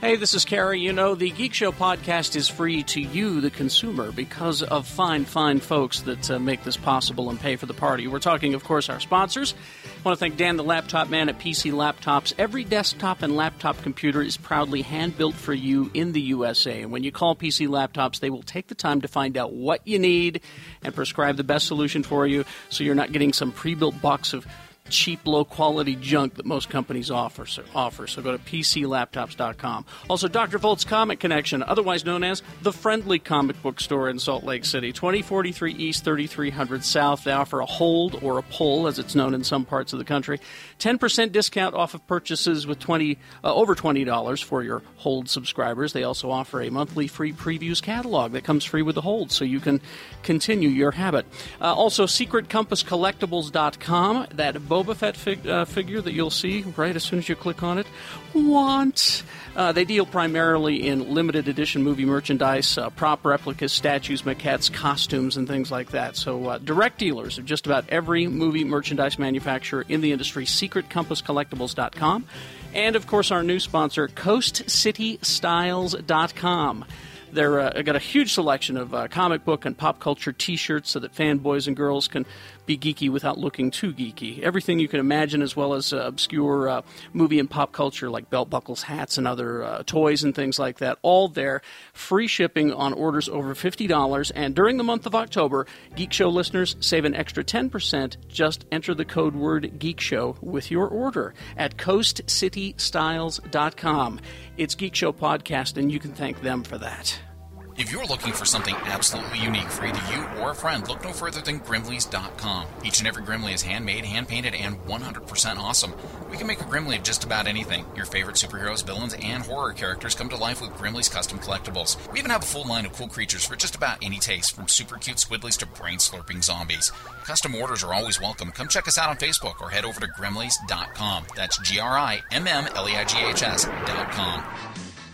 Hey, this is Carrie. You know, the Geek Show podcast is free to you, the consumer, because of fine, fine folks that uh, make this possible and pay for the party. We're talking, of course, our sponsors. I want to thank Dan the Laptop Man at PC Laptops. Every desktop and laptop computer is proudly hand built for you in the USA. And when you call PC Laptops, they will take the time to find out what you need and prescribe the best solution for you so you're not getting some pre built box of cheap, low quality junk that most companies offer. So, offer. so go to PCLaptops.com. Also, Dr. Volt's Comic Connection, otherwise known as the Friendly Comic Book Store in Salt Lake City, 2043 East, 3300 South. They offer a hold or a pull, as it's known in some parts of the country. 10% discount off of purchases with 20 uh, over $20 for your hold subscribers. They also offer a monthly free previews catalog that comes free with the hold, so you can continue your habit. Uh, also, SecretCompassCollectibles.com, that Boba Fett fig- uh, figure that you'll see right as soon as you click on it. Want. Uh, they deal primarily in limited edition movie merchandise, uh, prop replicas, statues, maquettes, costumes, and things like that. So, uh, direct dealers of just about every movie merchandise manufacturer in the industry, secretcompasscollectibles.com. And, of course, our new sponsor, coastcitystyles.com. They're uh, got a huge selection of uh, comic book and pop culture T-shirts so that fanboys and girls can be geeky without looking too geeky. Everything you can imagine, as well as uh, obscure uh, movie and pop culture like belt buckles, hats, and other uh, toys and things like that. All there, free shipping on orders over fifty dollars. And during the month of October, Geek Show listeners save an extra ten percent. Just enter the code word Geek Show with your order at CoastCityStyles.com. It's Geek Show podcast, and you can thank them for that. If you're looking for something absolutely unique for either you or a friend, look no further than Grimleys.com. Each and every Grimley is handmade, hand painted, and 100% awesome. We can make a Grimley of just about anything. Your favorite superheroes, villains, and horror characters come to life with Grimley's custom collectibles. We even have a full line of cool creatures for just about any taste, from super cute squidleys to brain slurping zombies. Custom orders are always welcome. Come check us out on Facebook or head over to Grimleys.com. That's G R I M M L E I G H S.com.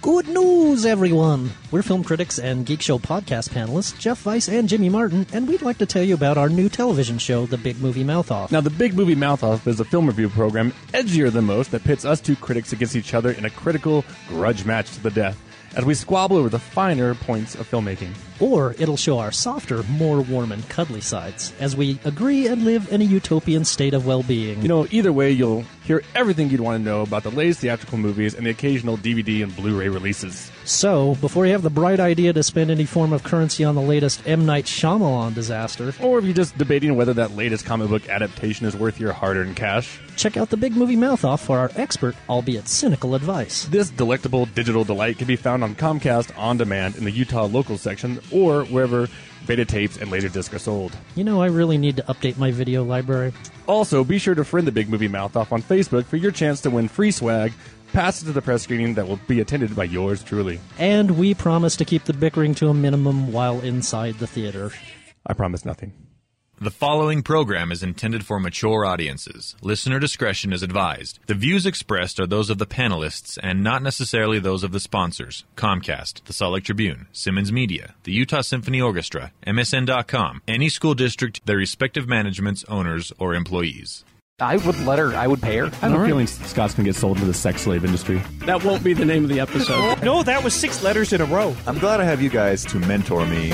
Good news, everyone! We're film critics and Geek Show podcast panelists Jeff Weiss and Jimmy Martin, and we'd like to tell you about our new television show, The Big Movie Mouth Off. Now, the Big Movie Mouth Off is a film review program edgier than most that pits us two critics against each other in a critical grudge match to the death as we squabble over the finer points of filmmaking. Or it'll show our softer, more warm and cuddly sides as we agree and live in a utopian state of well being. You know, either way, you'll hear everything you'd want to know about the latest theatrical movies and the occasional DVD and Blu ray releases. so, before you have the bright idea to spend any form of currency on the latest M. Night Shyamalan disaster, Or if you're just debating whether that latest comic book adaptation is worth your hard earned cash, check out The Big Movie Mouth Off for our expert, albeit cynical, advice. this delectable digital delight can be found on Comcast On Demand in the Utah local section or wherever beta tapes and Laserdisc are sold. You know, I really need to update my video library. Also, be sure to friend the Big Movie Mouth Off on Facebook for your chance to win free swag, passes to the press screening that will be attended by yours truly. And we promise to keep the bickering to a minimum while inside the theater. I promise nothing. The following program is intended for mature audiences. Listener discretion is advised. The views expressed are those of the panelists and not necessarily those of the sponsors Comcast, the Salt Lake Tribune, Simmons Media, the Utah Symphony Orchestra, MSN.com, any school district, their respective managements, owners, or employees. I would let her. I would pay her. I have a feeling Scott's gonna get sold to the sex slave industry. That won't be the name of the episode. No, that was six letters in a row. I'm glad I have you guys to mentor me.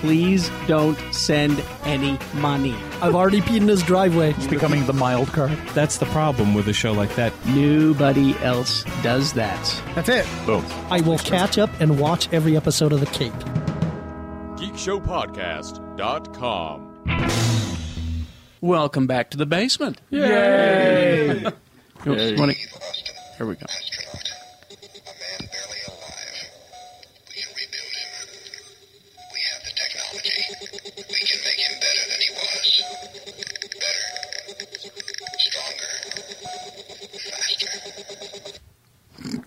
Please don't send any money. I've already peed in his driveway. It's becoming the mild card. That's the problem with a show like that. Nobody else does that. That's it. Boom. I will catch up and watch every episode of The Cape. GeekShowPodcast.com. Welcome back to the basement. Yay! Oops, wanna- Here we go.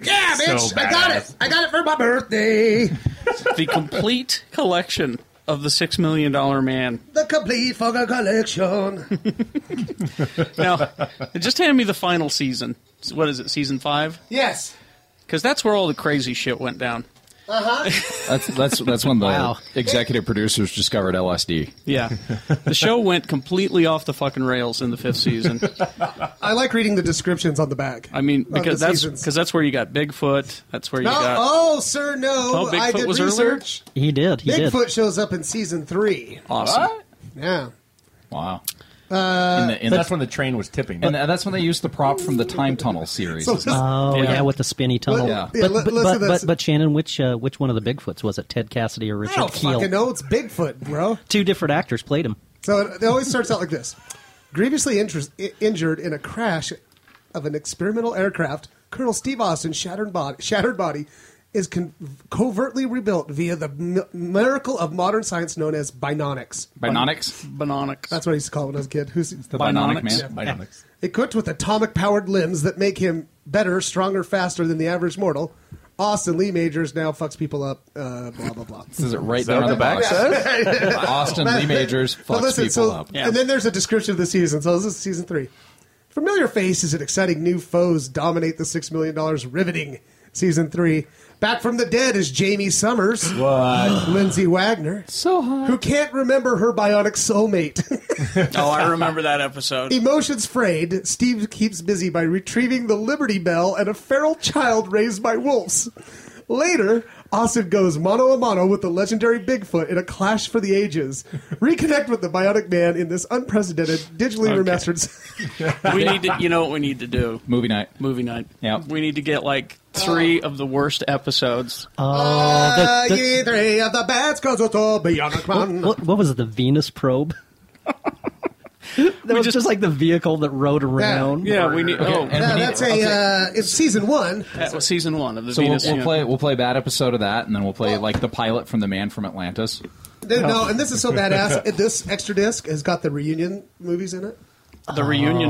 Yeah, bitch. So I got badass. it. I got it for my birthday. The complete collection of the Six Million Dollar Man. The complete fucking collection. Now, just hand me the final season. What is it, season five? yes. Because that's where all the crazy shit went down. That's that's that's when the Wow. executive producers discovered LSD. Yeah. the show went completely off the fucking rails in the fifth season. I like reading the descriptions on the back. I mean, Of the because that's seasons. because that's where you got Bigfoot. That's where you No, got. oh, sir, no. Oh, I Bigfoot did was earlier? research. He did. He did. Bigfoot shows up in season three. Awesome. Yeah. Wow. Uh, In the- in that's the- when the train was tipping. And that's when they used the prop from the time tunnel series. So- Oh yeah. Yeah. with the spinny tunnel. Yeah. But, Yeah, li- but, listen but, to but, this. but Shannon, which uh, which one of the Bigfoots was it? Ted Cassidy or I Richard don't Keel? fucking know. It's Bigfoot, bro. Two different actors played him. So it, it always starts out like this: grievously inter- i- injured in a crash of an experimental aircraft, Colonel Steve Austin's shattered body, shattered body is con- covertly rebuilt via the mi- miracle of modern science known as binonics. Binonics? Binonics. That's what I used to call it when I was a kid. Who's The Binonic Man? Binonics. Equipped with atomic powered limbs that make him better, stronger, faster than the average mortal, Austin Lee Majors now fucks people up, uh, blah, blah, blah. This is it right Is there that on the what the box. back says? Austin Lee Majors But fucks listen, people so, up. And then there's a description of the season. So this is season three. Familiar faces and exciting new foes dominate the $6 million riveting season three. Back from the dead is Jamie Summers. What? Lindsay Wagner. So hot. Who can't remember her bionic soulmate. oh, I remember that episode. Emotions frayed, Steve keeps busy by retrieving the Liberty Bell and a feral child raised by wolves. Later, Austin goes mano a mano with the legendary Bigfoot in a clash for the ages. Reconnect with the Bionic Man in this unprecedented, digitally Okay. remastered. we need to. You know what we need to do? Movie night. Movie night. Yeah. We need to get like three of the worst episodes. Uh, ye three of the bats, 'cause it's all Bionic Man. What, what was it? The Venus probe. that was just, like the vehicle that rode around. Yeah, we need. Okay, Oh, and we Yeah, need- that's a. Uh, it's season one. that was season one of the So we'll, Venus. we'll yeah. Oh. play we'll play that episode of that, and then we'll play like the pilot from the Man from Atlantis. No, Oh. and this is so badass. This extra disc has got the reunion movies in it. the reunion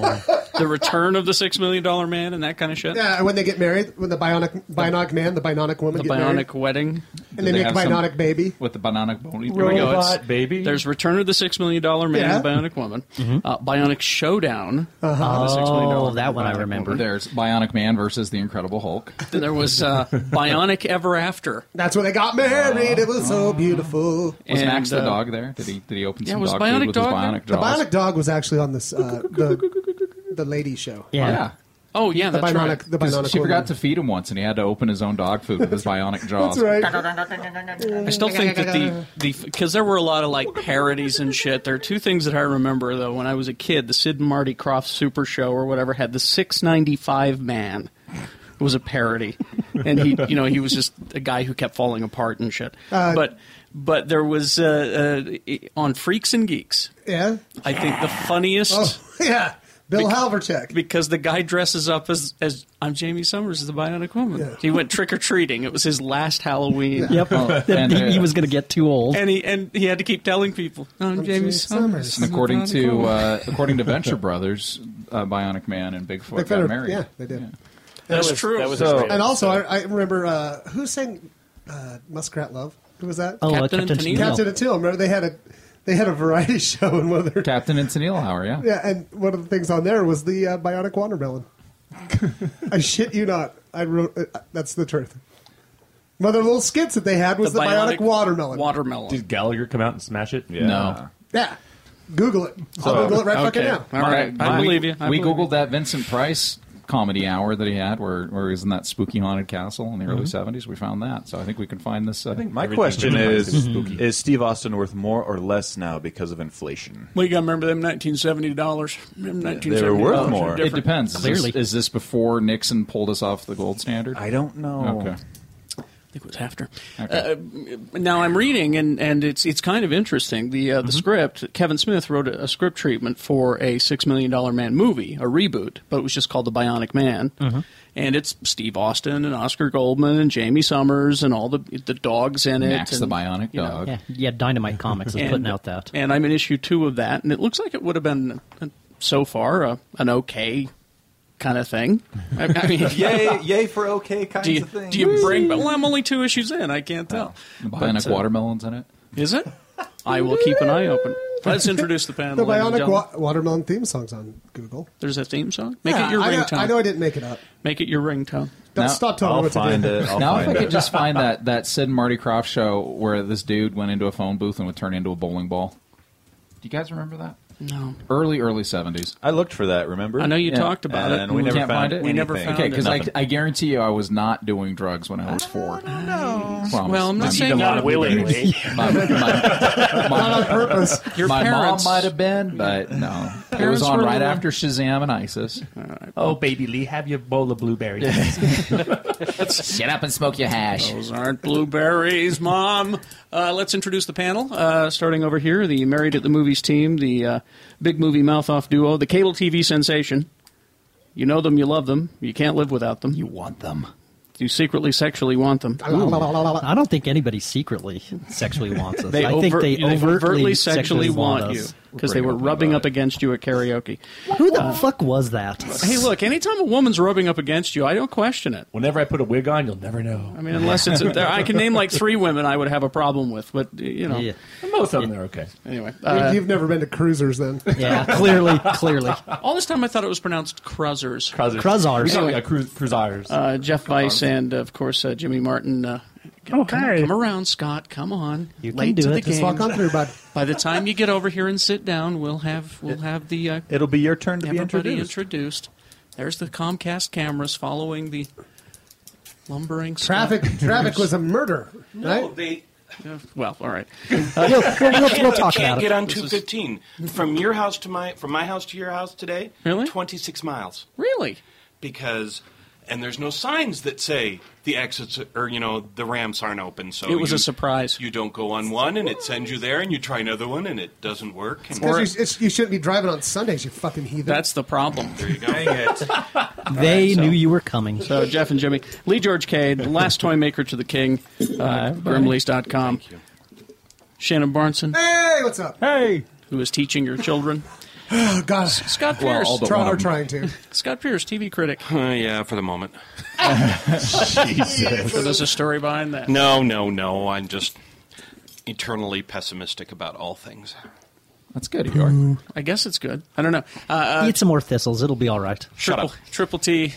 movies, the return of the six million dollar man, and that kind of shit. Yeah, when they get married, when the bionic bionic man, the bionic woman, The get married, bionic wedding. and they, they make have some- bionic baby. with the bionic bony. Here we go. Robot It's- baby. There's Return of the Six Million Dollar Man, Yeah. Uh-huh. and Bionic Woman, uh, Bionic Showdown. uh the Six Million Dollar Mm-hmm. Oh, that one I remember. There's Bionic Man versus the Incredible Hulk. Then there was uh, Bionic Ever After. That's when they got married. It was so beautiful. Was Oh. And, Max the uh, dog there? Did he did he open Yeah, some was dog Bionic food with his Dog bionic The jaws? bionic dog was actually on this uh, the the lady show. Yeah. yeah. Oh yeah, the that's bionic, right. the 'Cause bionic. She woman. forgot to feed him once, and he had to open his own dog food with his bionic jaws. That's right. I still Mm. think that the the because there were a lot of like parodies and shit. There are two things that I remember though. When I was a kid, the Sid and Marty Croft Super Show or whatever had the six ninety five man. It was a parody, and he you know he was just a guy who kept falling apart and shit. Uh, but but there was uh, uh, on Freaks and Geeks. Yeah. I think the funniest Oh yeah. Bill Halvercheck. because the guy dresses up as as I'm Jamie Summers as the Bionic Woman. Yeah. He went trick or treating. It was his last Halloween. Yep. Oh, and, he, he uh, was going to get too old. And he and he had to keep telling people, "I'm, Jamie Jamie Summers." Summers. And according to uh, according to Venture Brothers, uh, Bionic Man and Bigfoot Big got Fetter- married. Yeah, they did. That's true. That was So- And also, I, I remember uh, who sang uh, "Muskrat Love." Who was that? oh, uh, Captain and Captain Tennille. Tennille. Captain Attila. Remember they had a they had a variety show in one of their Captain and Tennille Hour, yeah. Yeah, and one of the things on there was the uh, bionic watermelon. I shit you not. I wrote uh, that's the truth. One of the little skits that they had was the, bionic, watermelon. Watermelon. Did Gallagher come out and smash it? Yeah. No. yeah, Google it. I'll Google it right fucking Okay. now. All right, I we, believe you. I we believe googled that Vincent Price comedy hour that he had, where where he was in that spooky haunted castle in the Mm-hmm. early seventies. We found that, so I think we can find this. Uh, I think My Everything question really is: is spooky. Is Steve Austin worth more or less now because of inflation? Well, you got to remember them 1970 dollars. Them 1970 They were worth dollars are more. it different. depends. Is this, Clearly. is this before Nixon pulled us off the gold standard? I don't know. Okay. I think it was after. Uh, now I'm reading, and, and it's it's kind of interesting. The uh, the Mm-hmm. script Kevin Smith wrote a, a script treatment for a Six Million Dollar Man movie, a reboot, but it was just called The Bionic Man, Mm-hmm. and it's Steve Austin and Oscar Goldman and Jamie Summers and all the the dogs in it. Max the and, Bionic you know, Dog. Yeah, yeah, Dynamite Comics is putting out that. And I'm in issue two of that, and it looks like it would have been uh, so far uh, an okay kind of thing. I, I mean, Yay, yay for okay kinds Do you, of things. do you bring? Well, I'm only two issues in. I can't tell. The Bionic But, uh, watermelons in it. Is it? I will keep an eye open. Let's introduce the panel. The ladies and bionic gentlemen. wa- watermelon theme songs on Google. There's a theme song. Make Yeah, it your I know- ringtone. I know I didn't make it up. Make it your ringtone. Don't stop telling me what to do. Now now, if I could just find that that Sid and Marty Croft show where this dude went into a phone booth and would turn into a bowling ball. Do you guys remember that? No. Early, early seventies. I looked for that. Remember? I know you talked about it. and we We never can't found find it. it. We never found okay, it. because I, Nothing. I guarantee you, I was not doing drugs when I was four. No. Oh, Well, I'm not saying not willingly. my, my, my, Not on purpose. Your my parents- mom might have been, but no. it Parents was on were right the one- after Shazam and ISIS. Oh, baby Lee, have your bowl of blueberries. Shut up and smoke your hash. Those aren't blueberries, Mom. Uh, let's introduce the panel. Uh, starting over here, the Married at the Movies team, the uh, Big Movie Mouth Off duo, the cable TV sensation. You know them, you love them, you can't live without them. You want them. You secretly, sexually want them. I don't think anybody secretly sexually wants us. They I think overt- they overtly, sexually want you us. because they were rubbing up against you at karaoke. Who the fuck was that? Hey, look, anytime a woman's rubbing up against you, I don't question it. Whenever I put a wig on, you'll never know. I mean, unless it's there, I can name like three women I would have a problem with, but you know, Yeah. most of them are okay. Anyway, You- uh, You've never been to cruisers, then? All this time I thought it was pronounced Cruzzers. Cruzzers. Cruzzers. We call it, uh, Cruz- Cruzzers. Uh, Jeff Weiss and, of course, uh, Jimmy Martin. Uh, come, Oh, come- come around, Scott. Come on. You can Late do to the it. Just game. walk on through, bud. By the time you get over here and sit down, we'll have we'll have the uh, It'll be your turn to be everybody introduced. introduced. There's the Comcast cameras following the lumbering Traffic, Scott. traffic was a murder, No, right? they Yeah, Well, all right. We'll- we'll- we'll- we'll talk can't about it. get on This two is- fifteen from your house to my from my house to your house today. Really? Twenty six miles. Really? Because and there's no signs that say the exits or you know the ramps aren't open. So It was you- a surprise. You don't go on one and it sends you there, and you try another one and it doesn't work. And Because you, it's- you shouldn't be driving on Sundays, you fucking heathen. That's the problem. there you go. They knew you were coming. So Jeff and Jimmy, Lee George Cade, the last toy maker to the king, uh, Grimleys.com. Shannon Barneson. Hey, what's up? Hey. Who is teaching your children. Oh, God. Scott Well, Pierce. all but Try- one of or them. trying to. Scott Pierce, TV critic. Uh, yeah, for the moment. Jesus. So there's a story behind that. No, no, no. I'm just eternally pessimistic about all things. That's good, York. I guess it's good. I don't know. Uh, uh, Hmm. Eat some more thistles. It'll be all right. triple, Triple T.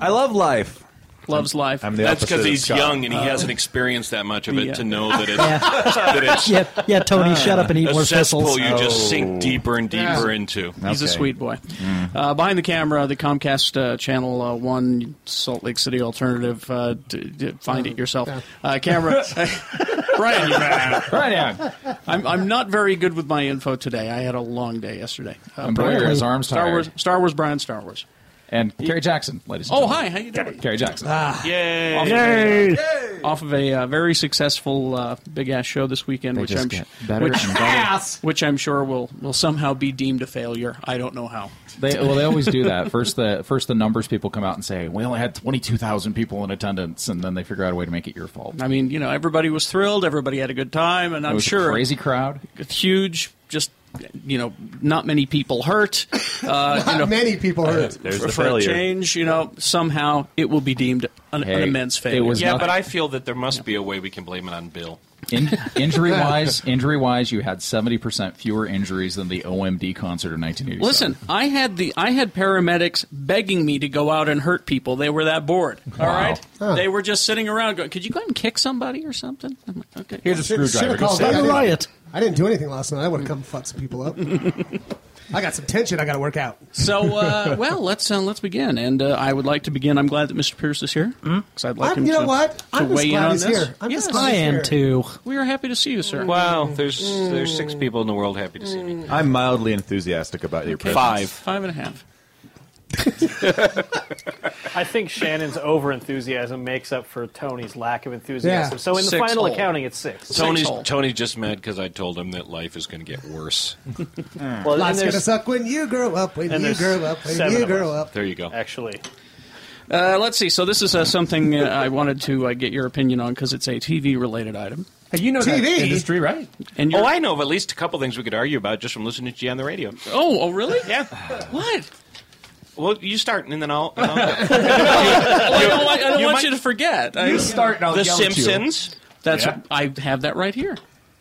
I love life. Loves life. I'm That's because opposite of he's Scott. Uh-huh. young and he hasn't experienced that much of it Yeah. to know that it's, Yeah. that it's yeah, yeah, Tony, shut up and eat a more Oh. cesspool thistles. you just sink deeper and Yeah. deeper into. He's a sweet boy. Mm. Uh, behind the camera, the Comcast uh, Channel uh, 1 Salt Lake City Alternative. Uh, d- d- find Oh, it yourself. Uh, camera. Brian Young. Brian Young. I'm, I'm not very good with my info today. I had a long day yesterday. Uh, And Brian is arms Star tired. Wars, Star Wars, Brian, Star Wars. And Kerry Jackson, ladies and Oh, hi. gentlemen. How you doing? Kerry Jackson. Yay. Off of Yay. a, off of a uh, very successful uh, big ass show this weekend, They which just I'm get sh- better which, and better. which I'm sure will will somehow be deemed a failure. I don't know how. They, well, they always do that. First, the first the numbers people come out and say we only had twenty two thousand people in attendance, and then they figure out a way to make it your fault. I mean, you know, everybody was thrilled. Everybody had a good time, and It I'm was a sure crazy crowd, huge, just you know, not many people hurt. Uh, Not you know, many people hurt. for, for a change, you know, somehow it will be deemed an, an immense failure. yeah, but I feel that there must be a way we can blame it on Bill. In, injury wise, injury wise, you had seventy percent fewer injuries than the OMD concert of nineteen eighty. Listen, I had the I had paramedics begging me to go out and hurt people. They were that bored. All Wow. right, they were just sitting around going, "Could you go out and kick somebody or something?" I'm like, okay, Here's a Should've screwdriver. Go called stab it. him. I didn't do anything last night. I would have come fuck some people up. I got some tension I got to work out. So, uh, well, let's uh, let's begin, and uh, I would like to begin. I'm glad that Mr. Pierce is here because I'd like Hmm? I'm- him you to, know what? to I'm just weigh in glad on he's this. here. I'm just Yes. glad he's I am, here. too. We are happy to see you, sir. Mm. Wow, there's there's six people in the world happy to see me. I'm mildly enthusiastic about your presence. five and a half. I think Shannon's over enthusiasm makes up for Tony's lack of enthusiasm. Yeah. So in the Six final hole. accounting, it's six. Tony's Tony's just mad because I told him that life is going to get worse. Well, Life's and gonna there's- suck when you grow up. When and you there's grow up. When seven you of grow us. up. There you go. Actually, Uh, let's see. So this is uh, something uh, I wanted to uh, get your opinion on because it's a TV related item. you know that TV? industry, right? And oh, I know of at least a couple things we could argue about just from listening to you on the radio. Oh, oh, really? Yeah. what? Well, you start and then I'll. and I'll- Well, I don't want, I don't You want might- you to forget. You I, start and I'll The yell at you. Simpsons. That's Yeah. I have that right here.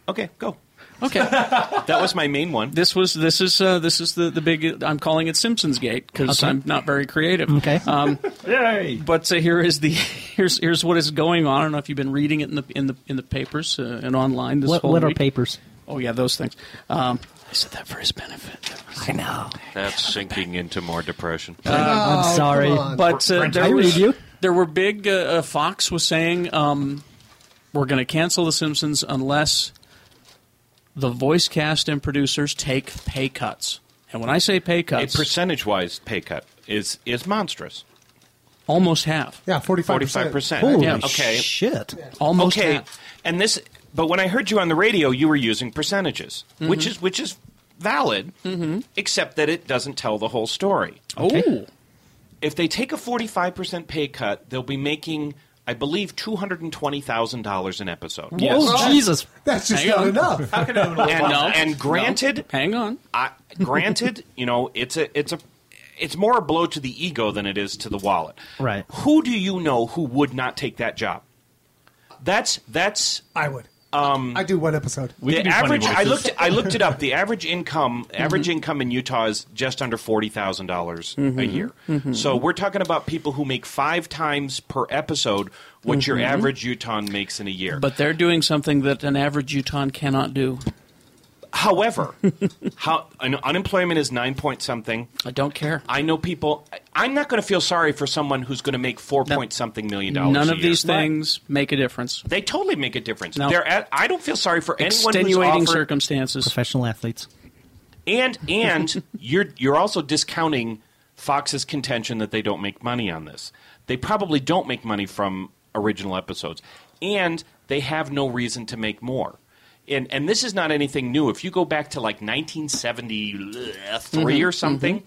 Okay, go. Okay, that was my main one. This was this is uh, this is the the big. I'm calling it Simpsons Gate because Okay. I'm not very creative. Okay. Um, Yay! But uh, here is the here's here's what is going on. I don't know if you've been reading it in the in the in the papers uh, and online this What, whole what are week. papers? Oh yeah, those things. Um, I said that for his benefit. Mm-hmm. I know. That's sinking into more depression. Uh, I'm sorry, but uh, I there, read was, you. there were big. Uh, uh, Fox was saying um, we're going to cancel The Simpsons unless the voice cast and producers take pay cuts. And when I say pay A cuts, percentage-wise pay cut is is monstrous. almost half. Yeah, forty-five Forty-five percent. Holy okay. shit! Almost okay. half. And this, but when I heard you on the radio, you were using percentages, Mm-hmm. which is which is valid, except that it doesn't tell the whole story. Oh, If they take a forty-five percent pay cut, they'll be making, I believe, two hundred and twenty thousand dollars an episode. Well, Oh, That's just Hang not on. enough. How can and, uh, No. and granted, hang on. I, granted, you know, it's a it's a it's more a blow to the ego than it is to the wallet. Right. Who do you know who would not take that job? That's that's I would. um I do one episode. the average I looked I looked it up. The average income average income in Utah is just under forty dollars a Mhm. year. Mhm. So we're talking about people who make five times per episode what your Mhm. average Utah makes in a year. But they're doing something that an average Utah cannot do. However, how un- unemployment is nine point something. I don't care. I know people. I- I'm not going to feel sorry for someone who's going to make four point something million dollars. None a of year. these things make a difference. They totally make a difference. No. They're at, I don't feel sorry for anyone who's Extenuating offered. circumstances. Professional athletes. and and you're you're also discounting Fox's contention that they don't make money on this. They probably don't make money from original episodes, and they have no reason to make more. And and this is not anything new. If you go back to like 1973 Mm-hmm. or Mhm, something.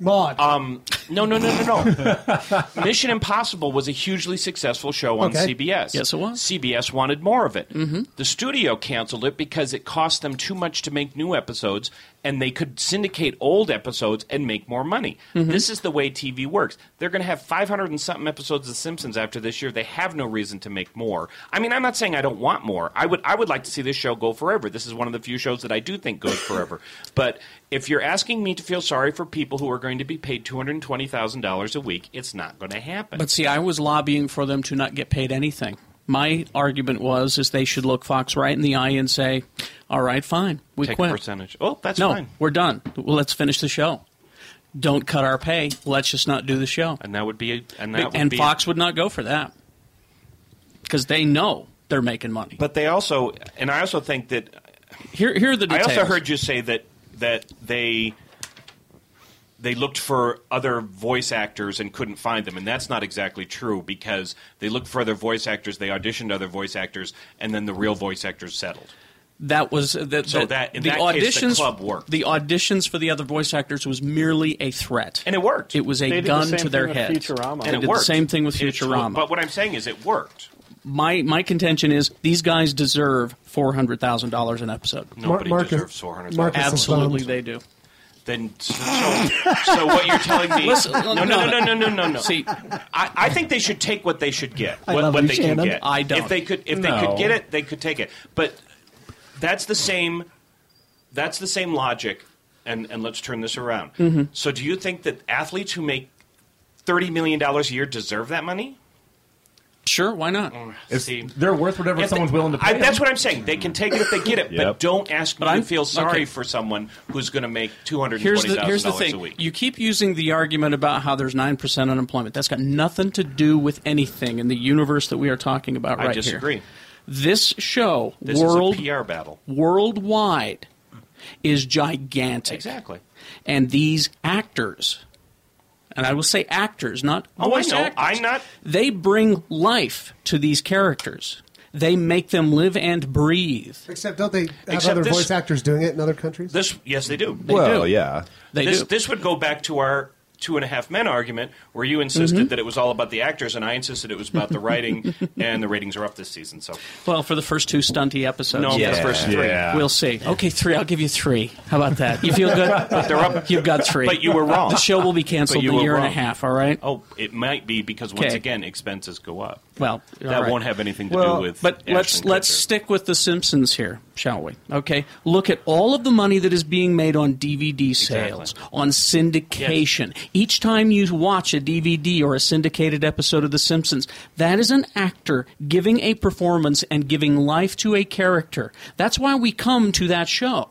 Maud. Um, no, no, no, no, no. Mission Impossible was a hugely successful show on Okay. CBS. Yes, it was. CBS wanted more of it. The studio canceled it because it cost them too much to make new episodes, and they could syndicate old episodes and make more money. Mhm. This is the way TV works. They're going to have 500 and something episodes of The Simpsons after this year. They have no reason to make more. I mean, I'm not saying I don't want more. I would, I would like to see this show go forever. This is one of the few shows that I do think goes forever. But if you're asking me to feel sorry for people who are going to be paid $220,000 a week, it's not going to happen. But see, I was lobbying for them to not get paid anything. My argument was is they should look Fox right in the eye and say, "All right, fine, we Take a quit." percentage. Oh, that's no, fine. we're done. Well, let's finish the show. Don't cut our pay. Let's just not do the show. And that would be and that would and be Fox would not go for that because they know they're making money. But they also, and I also think that here, here are the details. I also heard you say that that they they looked for other voice actors and couldn't find them, and that's not exactly true because they looked for other voice actors, they auditioned other voice actors, and then the real voice actors settled. That was that. So that- in the that auditions case, the club worked. the auditions for the other voice actors was merely a threat, and it worked. It was a They did the gun same to their thing with head. Futurama. And They it did the worked. same thing with It's- Futurama. But what I'm saying is, it worked. my my contention is these guys deserve four hundred thousand dollars an episode. Nobody deserves four hundred thousand. Absolutely, they do. Then so, so what you're telling me? Listen, no, no, no, no, no, no, no, no. See, I, I think they should take what they should get. I what love what you, they Shannon. can get. I don't. If they could, if they No. could get it, they could take it. But that's the same. That's the same logic. And and let's turn this around. Mhm. So, do you think that athletes who make thirty million dollars a year deserve that money? Oh, Sure, why not? See, They're worth whatever If they- someone's willing to pay. I, that's what I'm saying. They can take it if they get it, Yep. but don't ask me But to I'm- feel sorry okay. for someone who's going to make two hundred Here's twenty the thousand here's the dollars a thing. week. You keep using the argument about how there's nine percent unemployment. That's got nothing to do with anything in the universe that we are talking about Uh, right I disagree. here. This show, This world is a PR battle. worldwide is gigantic. Exactly. And these actors, and I will say actors, not Oh, I voice know. actors, I'm not. they bring life to these characters. They make them live and breathe. Except don't they have Except other this- voice actors doing it in other countries? This, yes, they do. They Well, do. yeah. They this, do. This would go back to our two and a half men argument, where you insisted Mm-hmm. that it was all about the actors, and I insisted it was about the writing, and the ratings are up this season. So Well, for the first two stunty episodes, No, for the Yeah. first three. Yeah. We'll see. Okay, three. I'll give you three. How about that? You feel good? But they're up- You've got three. but you were wrong. The show will be But canceled you in a were year and wrong. a half. All right. Oh, it might be because once Okay. again expenses go up. Well, all that right. won't have anything to do with. But let's Ashton let's Kutcher. stick with the Simpsons here. shall we? Okay. Look at all of the money that is being made on DVD sales, on syndication. Each time you watch a DVD or a syndicated episode of The Simpsons, that is an actor giving a performance and giving life to a character. That's why we come to that show,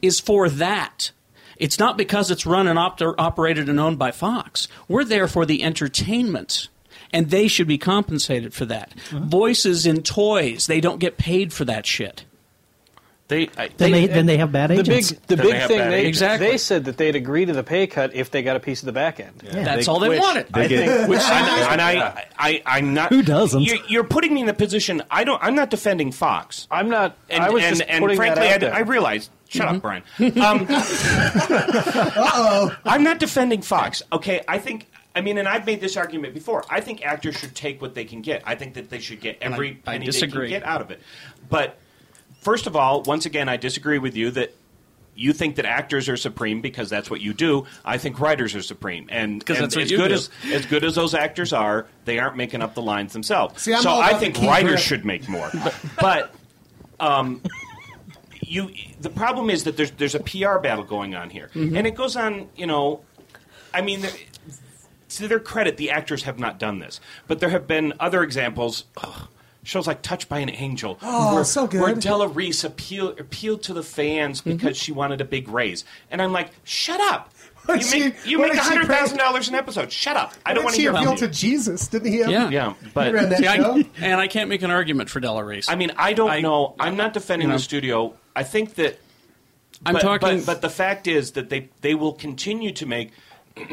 is for that. It's not because it's run and opt- operated and owned by Fox. We're there for the entertainment and they should be compensated for that. Uh-huh. Voices in toys, they don't get paid for that shit. They, I, Then they- then they have bad the agents. Big, the Then big they have thing, bad they, agents. Exactly. they said that they'd agree to the pay cut if they got a piece of the back end. That's all they which wanted. I They get- think, which, and, I- and I, I, I'm not. Who doesn't? You're, you're putting me in a position. I don't. I'm not defending Fox. I'm not. And, I was and, just and putting frankly, that out I, there. I realized. Shut Mm-hmm. up, Brian. Um, Uh-oh. I'm not defending Fox. Okay, I think. I mean, and I've made this argument before. I think actors should take what they can get. I think that they should get And I- every I penny disagree. they can get out of it. But first of all, once again, I disagree with you that you think that actors are supreme because that's what you do. I think writers are supreme, and 'Cause and that's what as you good do. as as good as those actors are, they aren't making up the lines themselves. See, I'm so all I about think the key writers grip. should make more, but. Um, you the problem is that there's there's a PR battle going on here, Mm-hmm. Mhm. and it goes on. You know, I mean, there- to their credit, the actors have not done this, but there have been other examples. ugh, shows like Touched by an Angel, Oh, where, so good. Mm-hmm. where Della Reese appeal, appealed to the fans because she wanted a big raise, and I'm like, shut up. You When make, she- you when make she hundred thousand dollars an episode. Shut up! I Didn't don't want to she hear appeal about to you. Jesus, didn't he? Have, Yeah. Yeah, but- you ran that See, I- show. And I can't make an argument for Della Reese. I mean, I don't know. I'm not defending you know. the studio. I think that I'm but, talking- But, but the fact is that they they will continue to make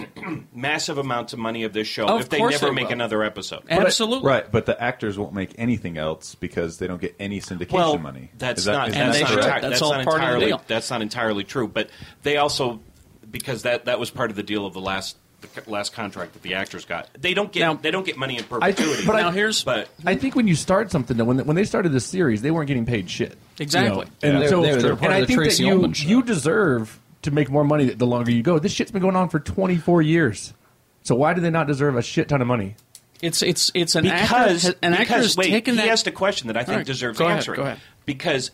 massive amounts of money of this show Of if they course never they make will. another episode. But I- Absolutely. right, but the actors won't make anything else because they don't get any syndication well, money. that's Is that- not is that's that not, correct? enti- that's not entirely that's not entirely true. But they also because that that was part of the deal of the last the c- last contract that the actors got. They don't get they don't get money in perpetuity. but I- Now here's but I think when you start something, though, when, when they started this series, they weren't getting paid shit. Exactly. You know? Yeah. And They- so, they were- they were and part of I the think Tracy that you, Ullman you deserve to make more money the longer you go. This shit's been going on for 24 years. So why do they not deserve a shit ton of money? It's it's it's an because actor, an actor because, has wait, taken he that. asked a question that I think All right, deserves go ahead, answering. go ahead. Because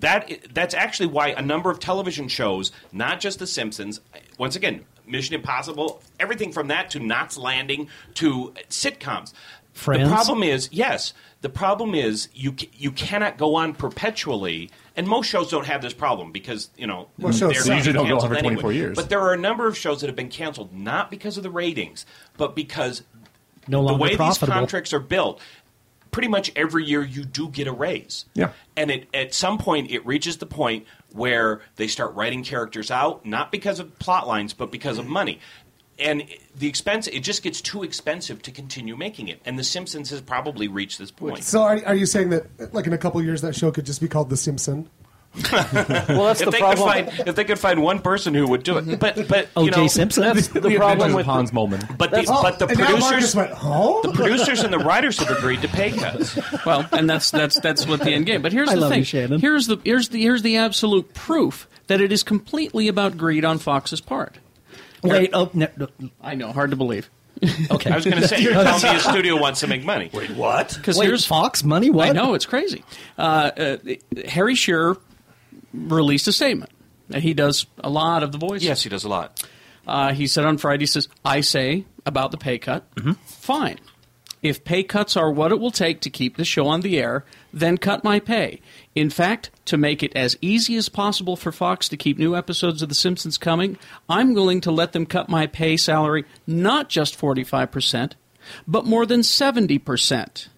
that i- that's actually why a number of television shows, not just The Simpsons, once again, Mission Impossible, everything from that to Knots Landing to sitcoms. Friends? The problem is, yes, the problem is you ca- you cannot go on perpetually, and most shows don't have this problem because you know Most shows they're They usually don't go on canceled for 24 anyway. years. But there are a number of shows that have been canceled not because of the ratings, but because No longer the way profitable. these contracts are built, pretty much every year you do get a raise. Yeah. And it, at some point, it reaches the point where they start writing characters out, not because of plot lines, but because of money. And the expense, it just gets too expensive to continue making it. And The Simpsons has probably reached this point. So are, are you saying that, like, in a couple years, that show could just be called The Simpson? well, that's if the they problem. Could find, if they could find one person who would do it, but but you O.J. know, Oh, Simpson? That's the The problem Adventures with- of Hans Moleman. But the, That's- Oh, but the and now Marcus producers went, "Huh?" the producers and the writers have agreed to pay cuts. well, and that's that's that's what the end game. But here's I the love thing. you, Shannon. Here's the here's the here's the absolute proof that it is completely about greed on Fox's part. Wait, oh, no, no. I know, hard to believe. Okay, I was going to say, you're telling me a studio wants to make money. Wait, what? Because Wait, here's Fox money. What? I know it's crazy. Uh, uh, Harry Shearer released a statement, and he does a lot of the voices. Yes, he does a lot. Uh, he said on Friday, he says, "I say about the pay cut, Mm-hmm. fine. If pay cuts are what it will take to keep the show on the air, then cut my pay. In fact, to make it as easy as possible for Fox to keep new episodes of The Simpsons coming, I'm willing to let them cut my pay salary not just 45%, but more than 70%,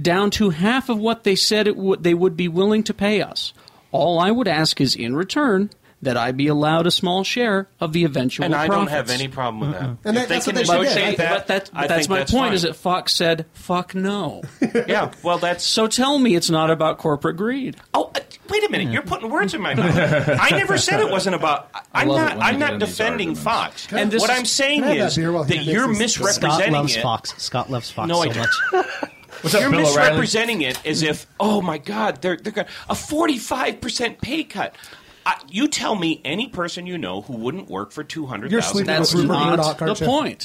down to half of what they said it would, they would be willing to pay us. All I would ask is in return that I be allowed a small share of the eventual And I don't profits." have any problem with that. And If that- that's can what they should negotiate do. that, But that's- I but that's think my point, fine. is that Fox said, fuck no. yeah, well, that's. So tell me it's not about corporate greed. Oh, uh, wait a minute! You're putting words in my mouth. I never said it wasn't about. I, I am love not. it when I'm they get not in these defending arguments. Fox. Can I- And this what is- I'm saying can I have is that beer while he that mixes you're this? Scott misrepresenting loves it. Fox. Scott loves Fox No, I so don't. much. You're misrepresenting it as if, oh my God, they're they're gonna, a 45 percent pay cut. I, you tell me any person you know who wouldn't work for two hundred You're thousand. sleeping with Rupert Murdoch, aren't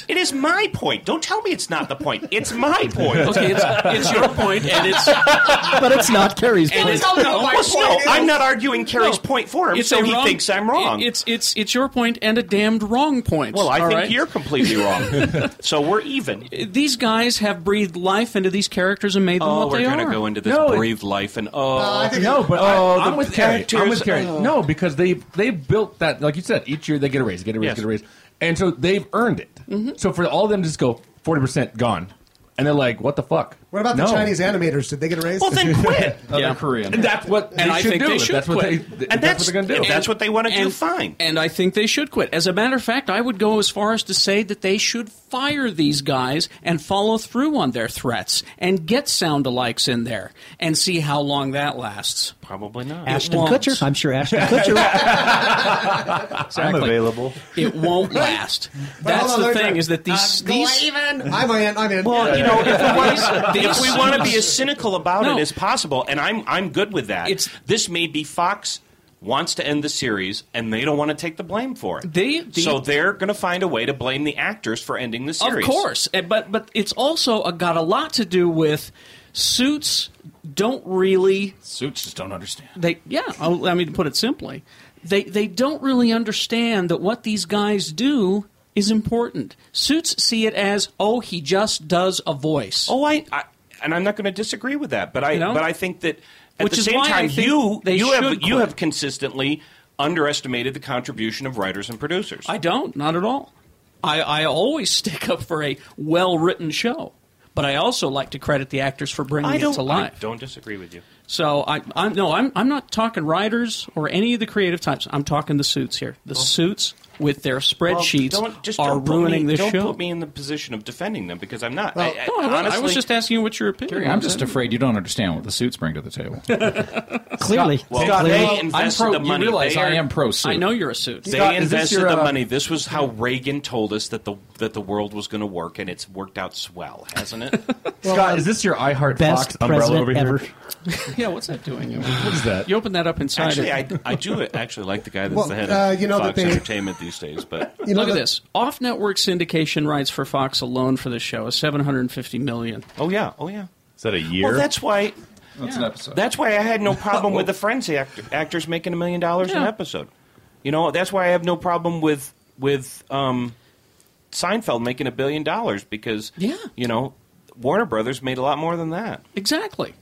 you? It is my point. Don't tell me it's not the point. It's my point. Okay, it's- it's your point, and it's- but it's not Carrie's And point. it's no, No, my no, point is- I'm not arguing Carrie's No. point for him. It's so a he wrong- thinks I'm wrong. It's it's it's your point and a damned wrong point. well, I all think right? you're completely wrong. so we're even. These guys have breathed life into these characters and made them Oh, what we're they gonna are. go into this No, it- Uh, breathed life and oh. Uh, no, but Oh, I, am the with Carrie. I'm characters, with Carrie. oh. No, because they they built that. Like you said, each year they get a raise, get a raise, Yes. get a raise, and so they've earned it. So for all of them to just go forty percent gone, and they're like, "What the fuck?" What about the No. Chinese animators? Did they get a raise? Well, then quit. Oh, Yeah. they're Korean. And that's what and they I should think do. they If should that's what quit. they- if And that's that's- what they're gonna do. if that's what they wanna do, and- fine. And I think they should quit. As a matter of fact, I would go as far as to say that they should fire these guys and follow through on their threats and get sound alikes in there and see how long that lasts. Probably not. Ashton Kutcher. I'm sure Ashton Kutcher. Exactly. available. It won't last. That's the thing is that Uh, these these I'm in. I'm in. Well, you know, if we want, These- if we want to be as cynical about No. it as possible, and I'm I'm good with that. this may be Fox wants to end the series, and they don't want to take the blame for it. They- the- so they're going to find a way to blame the actors for ending the series. Of course, And- but but it's also uh got a lot to do with suits. Don't really suits just don't understand. They yeah, I'll- I mean to put it simply, they they don't really understand that what these guys do is important. Suits see it as oh he just does a voice. Oh I, I and I'm not going to disagree with that, but I You know? but I think that at Which the is same why I time think you they you have should you quit. have consistently underestimated the contribution of writers and producers. I don't, not at all. I, I always stick up for a well written show, but I also like to credit the actors for bringing I it don't to life. I don't disagree with you. So I, I'm no, I'm I'm not talking writers or any of the creative types. I'm talking the suits here. The suits with their spreadsheets Well, don't- just are don't put ruining me, this don't show. put me in the position of defending them because I'm not. I, I, no, I, was- I honestly, was just asking you what your opinion. Gary, was. I'm just afraid you don't understand what the suits bring to the table. Clearly, Well, Scott, they invested the money. They are- I know you're a suit. They invested uh, the money. This was how Reagan told us that the that the world was going to work, and it's worked out swell, hasn't it? Scott, is this your I Heart Fox best umbrella president over here? ever. yeah, what's that doing? What is that? You open that up inside. Actually, I, it. I do actually like the guy that's Well, the head uh, of you know Fox that they- Entertainment these days, but Look at this. Off-network syndication rights for Fox alone for this show is 750 million. Oh yeah, oh yeah. Is that a year? Well, that's why. That's an episode. That's why I had no problem with the Friends act- actors making a million dollars an Yeah. episode. You know, that's why I have no problem with with um, Seinfeld making a billion dollars because yeah. you know Warner Brothers made a lot more than that. Exactly.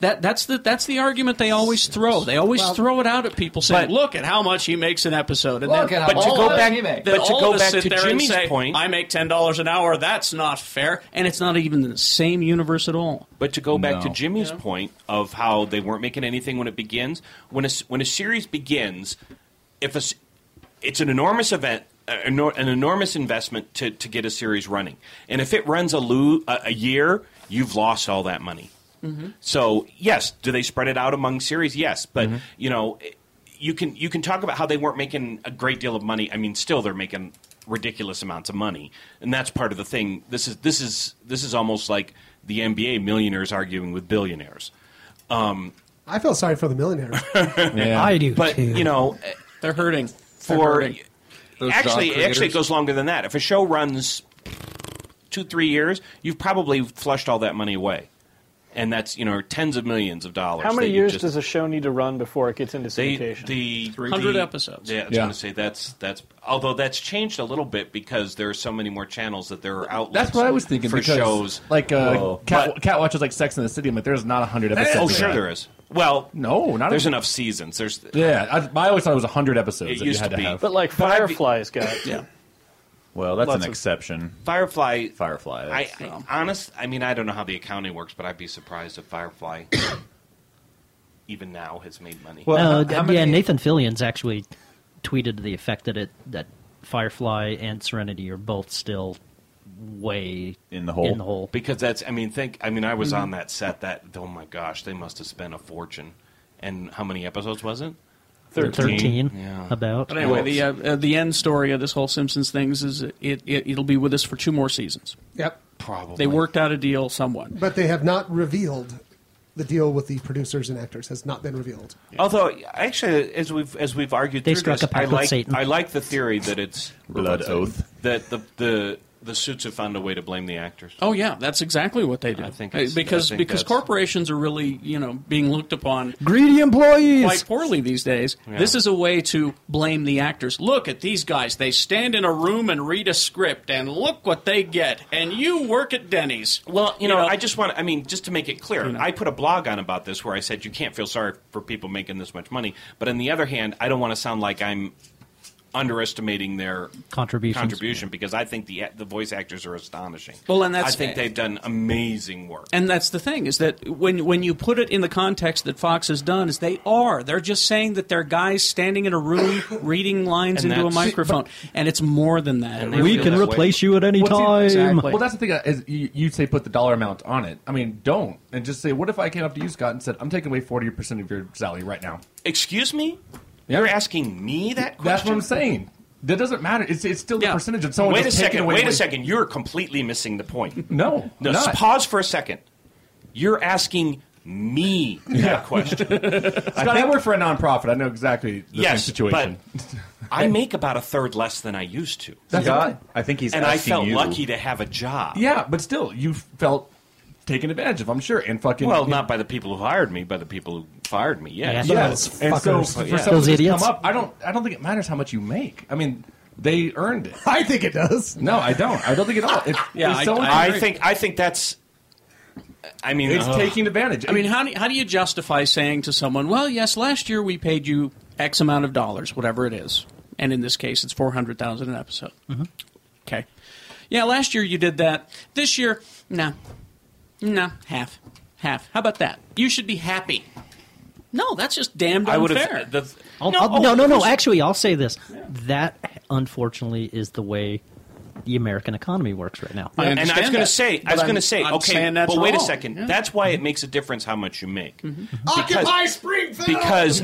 That that's the that's the argument they always throw. They always Well- throw it out at people saying, "Look at how much he makes an episode." And Look at then, how But to much go back- he makes. then but to all go of us back sit to there and Jimmy's say, point- I make ten dollars an hour. That's not fair, and it's not even in the same universe at all. But to go back No. to Jimmy's point of how they weren't making anything when it begins, when a, s- when a series begins, if a, s- it's an enormous event, uh, enor- an enormous investment to, to get a series running, and if it runs a, lo- a, a year, you've lost all that money. Mm-hmm. So yes, do they spread it out among series? Yes, but you know, you can you can talk about how they weren't making a great deal of money. I mean, still they're making ridiculous amounts of money, and that's part of the thing. This is this is this is almost like the NBA millionaires arguing with billionaires. Um, I feel sorry for the millionaires. but you know, they're hurting for hurting. Those actually dog it actually creators. goes longer than that. If a show runs two three years, you've probably flushed all that money away. And that's you know tens of millions of dollars. How many that you years just- does a show need to run before it gets into they, syndication? the 100 the- episodes. Yeah, I was Yeah. going to say that's that's. Although that's changed a little bit because there are so many more channels that there are outlets. That's what I was thinking for because, shows like uh, But- cat, cat watches like Sex in the City. I'm like, there's not hundred episodes. oh, of sure that. there is. Well, no, not there's a- enough seasons. There's Yeah, I, I always thought it was hundred episodes. It that used you had to to, be. have. But like Fireflies got yeah. Well, that's Lots an of- exception. Firefly. Firefly. I, that's- um, I honest. I mean, I don't know how the accounting works, but I'd be surprised if Firefly, even now, has made money. Well, uh, yeah, Nathan Fillion's actually tweeted to the effect that it that Firefly and Serenity are both still way in In the hole. Because that's, I mean, think, I mean, I was Mhm. Mm-hmm. on that set. That, oh my gosh, they must have spent a fortune. And how many episodes was it? 13, Yeah. about. But anyway, the uh, uh, the end story of this whole Simpsons things is it, it it'll be with us for two more seasons. Yep. Probably They worked out a deal somewhat. But they have not revealed the deal with the producers and actors has not been revealed. Although, actually, as we've as we've argued, They through struck this, a I pact with like Satan. I like the theory that it's Blood oath. that the the the suits have found a way to blame the actors. Oh yeah, that's exactly what they do. I think Uh, it's- because I think because that's- corporations are really you know being looked upon greedy employees quite poorly these days. This is a way to blame the actors. Look at these guys; they stand in a room and read a script, and look what they get. And you work at Denny's. Well, you know, I just want. I mean, just to make it clear, I put a blog on about this where I said you can't feel sorry for people making this much money, but on the other hand, I don't want to sound like I'm underestimating their Contributions. contribution because I think the the voice actors are astonishing. Well, and that's- I think they've done amazing work. And that's the thing is that when when you put it in the context that Fox has done, is they are they're just saying that they're guys standing in a room reading lines And into a that's- microphone, and it's more than that. We can replace you at any What's the- time. Exactly. Well, that's the thing. uh, Is you, you say put the dollar amount on it. I mean, don't and just say, what if I came up to you, Scott, and said, I'm taking away forty percent of your salary right now? Excuse me? You're asking me that question? That's what I'm saying. That doesn't matter. It's it's still the percentage of someone. Wait a just taking second. Away Wait my- a second. You're completely missing the point. No, No. not. s- Pause for a second. You're asking me that question. Scott, I work for a nonprofit. I know exactly the yes, same situation. but I make about a third less than I used to. That's Scott, okay. I think he's and I asking felt you. lucky to have a job. yeah, but still, you felt taken advantage of. I'm sure, and fucking Well, not by the people who hired me, by the people who fired me. Yes. yes. And so for Yeah. someone to just come up, I don't. I don't think it matters how much you make. I mean, they earned it. I think it does. No, I don't. I don't think at all. If, Yeah, if I- someone- I agree. think I think that's. I mean, uh, It's taking advantage. I mean, how do, how do you justify saying to someone, "Well, yes, last year we paid you X amount of dollars, whatever it is," and in this case, it's four hundred thousand an episode. Mm-hmm. Okay, yeah, last year you did that. This year, no, no, half, half. How about that? You should be happy. No, that's just damned I would have- unfair. the- I'll, no, Oh, I'll, no, no, no. Actually, I'll say this. That, unfortunately, is the way the American economy works right now. and I was going to say, I was going to say, okay, but wait a wrong. 2nd That's why it makes a difference how much you make. Mm-hmm. Occupy Springfield! because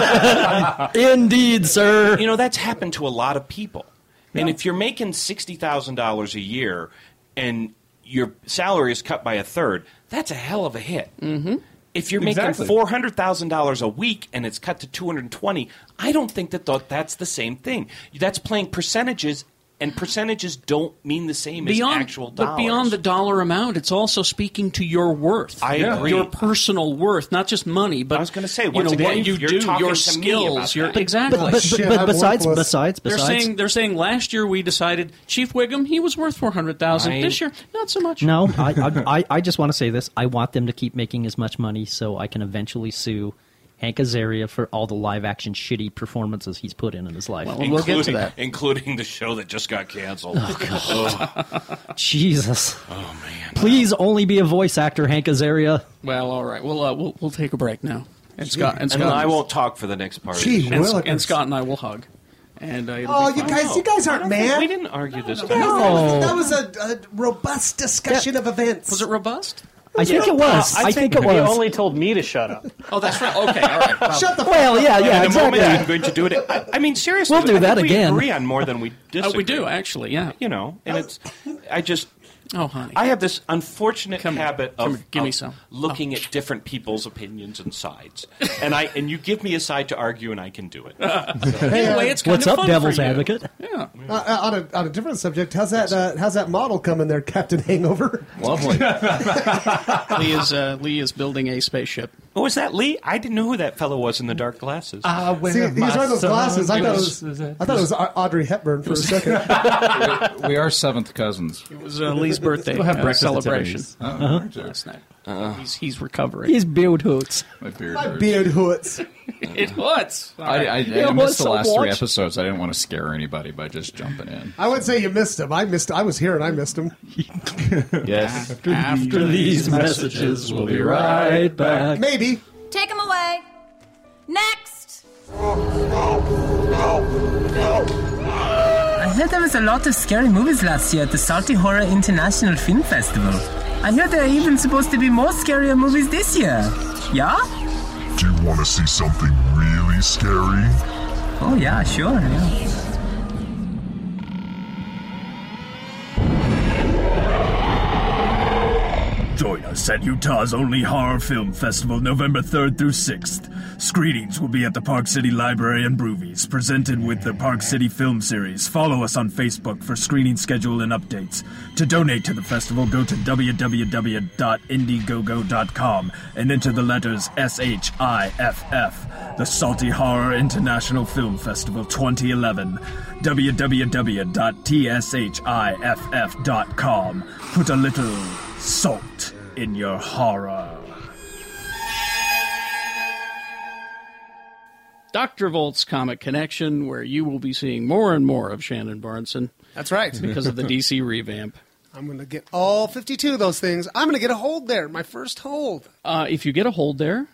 that is indeed, sir. You know that's happened to a lot of people, and if you're making sixty thousand dollars a year and your salary is cut by a third, that's a hell of a hit. Mm-hmm. If you're making Exactly. four hundred thousand dollars a week and it's cut to two hundred and twenty, I don't think that th- that's the same thing. That's playing percentages, and percentages don't mean the same as actual dollars. But beyond the dollar amount, it's also speaking to your worth. I Yeah. agree. Your personal worth, not just money, but I was going to say you know, once again, what you you're do, talking your to me about skills, your that. But- exactly. but- but- Shit, but I'm besides- worthless. besides- they're besides- saying they're saying last year we decided Chief Wiggum he was worth four hundred thousand. I- This year, not so much. No, I, I, I, I just want to say this. I want them to keep making as much money so I can eventually sue Hank Azaria for all the live action shitty performances he's put in in his life. Including- including the show that just got canceled. Oh, Jesus. Oh, man. Please only be a voice actor, Hank Azaria. Well, all right. Well, uh, we'll we'll take a break now. And Gee. Scott and And Scott I won't talk for the next part. Gee And, S- willikers. and Scott and I will hug. And uh, it'll Oh, be you fine. guys, you guys aren't mad. We didn't argue this. That time. was- That was, a, a robust discussion of events. Was it robust? Uh, I think it was. I think it He was. only told me to shut up. Oh, that's right. Okay, all right. Shut the Well, fuck yeah, up. yeah, In exactly. a moment, I'm going to do it. I, I mean, seriously, We'll do I think that we again. Agree on more than we disagree. Oh, we do actually. Yeah, you know, and it's. I just. Oh, honey. I have this unfortunate habit Come of, here. Give me of some. Oh. looking at different people's opinions and sides, and I and you give me a side to argue, and I can do it. What's up, Devil's Advocate? Uh, uh, on, a, on a different subject, how's that? Uh, how's that model coming there, Captain Hangover? Lovely. Lee is uh, Lee is building a spaceship. What was Oh, that, Lee? I didn't know who that fellow was in the dark glasses. Uh, Ah, See, he was wearing those glasses. I thought it was, I thought it was Au- Audrey Hepburn for a second. we are seventh cousins. It was uh, Lee's birthday We'll have uh, breakfast at celebration Tiffany's. Uh-huh. last night. he's he's recovering. His beard hurts. My beard My hurts. beard hurts. it hurts. All I, right. I, I Yeah, missed the so last watch. three episodes. I didn't want to scare anybody by just jumping in. I would say you missed him. I missed. I was here and I missed him. Yes. After these messages, we'll be right back. Maybe. Take him away. Next. I heard there was a lot of scary movies last year at the Salty Horror International Film Festival. I heard there are even supposed to be more scarier movies this year. Yeah? Do you want to see something really scary? Oh yeah, sure. Yeah. Join us at Utah's only horror film festival, November 3rd through 6th. Screenings will be at the Park City Library and Broovies, presented with the Park City Film Series. Follow us on Facebook for screening schedule and updates. To donate to the festival, go to www.indiegogo.com and enter the letters SHIFF, the Salty Horror International Film Festival 2011. www.tshiff.com. Put a little salt in your horror. Dr. Volt's Comic Connection, where you will be seeing more and more of Shannon Barneson. That's right. Because of the DC revamp. I'm going to get all 52 of those things. I'm going to get a hold there, my first hold. Uh, if you get a hold there,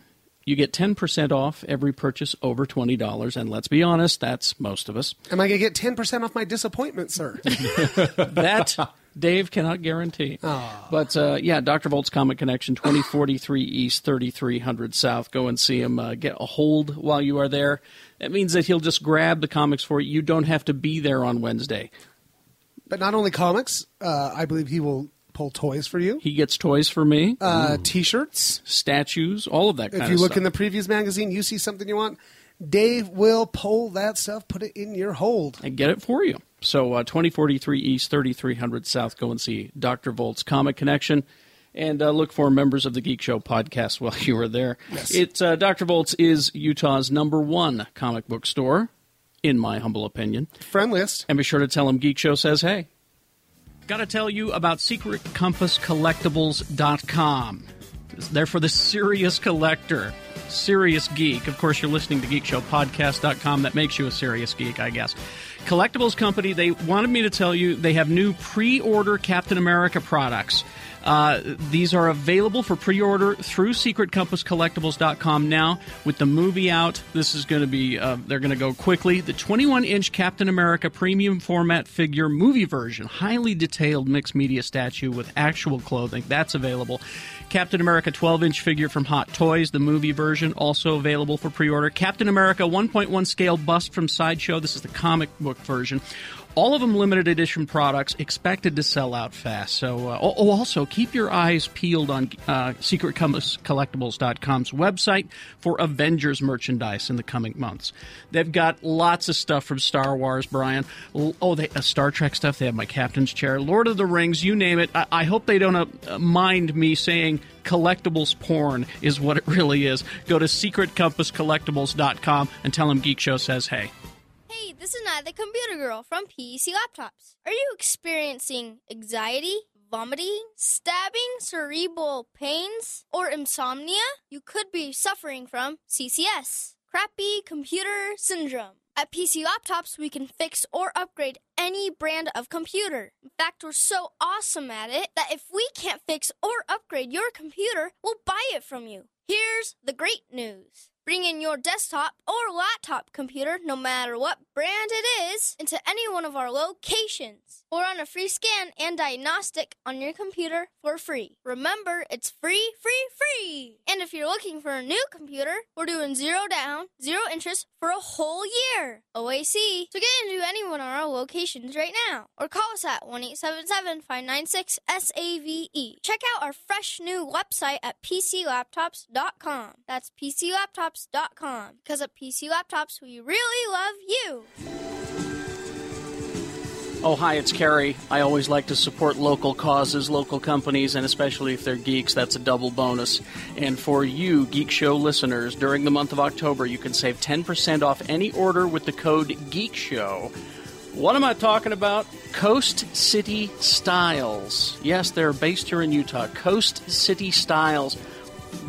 you get 10% off every purchase over $20. And let's be honest, that's most of us. Am I going to get 10% off my disappointment, sir? that Dave cannot guarantee. Ah. But uh, yeah, Dr. Volt's Comic Connection, 2043 East, 3300 South. Go and see him. Uh, get a hold while you are there. That means that he'll just grab the comics for you. You don't have to be there on Wednesday. But not only comics, uh, I believe he will pull toys for you. He gets toys for me, uh, t shirts, statues, all of that If kind of you look stuff. in the previews magazine, you see something you want, Dave will pull that stuff, put it in your hold. and get it for you. So uh, 2043 East, 3300 South. Go and see Dr. Volt's Comic Connection. And uh, look for members of the Geek Show podcast while you are there. It's uh, Dr. Volt's is Utah's number one comic book store, in my humble opinion. Friend list. And be sure to tell him Geek Show says hey. Got to tell you about SecretCompassCollectibles.com. It's there for the serious collector, serious geek. Of course, you're listening to GeekShowPodcast.com. That makes you a serious geek, I guess. Collectibles Company, they wanted me to tell you they have new pre order Captain America products. Uh, these are available for pre order through SecretCompassCollectibles.com now. With the movie out, this is going to be, uh, they're going to go quickly. The 21 inch Captain America premium format figure movie version, highly detailed mixed media statue with actual clothing, that's available. Captain America 12 inch figure from Hot Toys, the movie version, also available for pre order. Captain America 1.1 scale bust from Sideshow, this is the comic book version. All of them limited edition products expected to sell out fast. So, uh, oh, oh, also keep your eyes peeled on uh, SecretCollectibles.com's website for Avengers merchandise in the coming months. They've got lots of stuff from Star Wars, Brian. L- Oh, they uh, Star Trek stuff. They have my captain's chair, Lord of the Rings, you name it. I, I hope they don't uh, mind me saying collectibles porn is what it really is. Go to SecretCompassCollectibles.com and tell them Geek Show says hey. Hey, this is Nye, the computer girl from PEC Laptops. Are you experiencing anxiety, vomiting, stabbing, cerebral pains, or insomnia? You could be suffering from CCS, crappy computer syndrome. At PC Laptops, we can fix or upgrade any brand of computer. In fact, we're so awesome at it that if we can't fix or upgrade your computer, we'll buy it from you. Here's the great news. Bring in your desktop or laptop computer, no matter what brand it is, into any one of our locations or on a free scan and diagnostic on your computer for free. Remember, it's free, free, free! And if you're looking for a new computer, we're doing zero down, zero interest for a whole year. OAC. So get into any one of our locations right now or call us at 1 877 596 SAVE. E. Check out our fresh new website at PCLaptops.com. That's PCLaptops.com. Because at PC Laptops, we really love you. Oh, hi, it's Kerry. I always like to support local causes, local companies, and especially if they're geeks, that's a double bonus. And for you, Geek Show listeners, during the month of October, you can save 10% off any order with the code Geek Show. What am I talking about? Coast City Styles. Yes, they're based here in Utah. Coast City Styles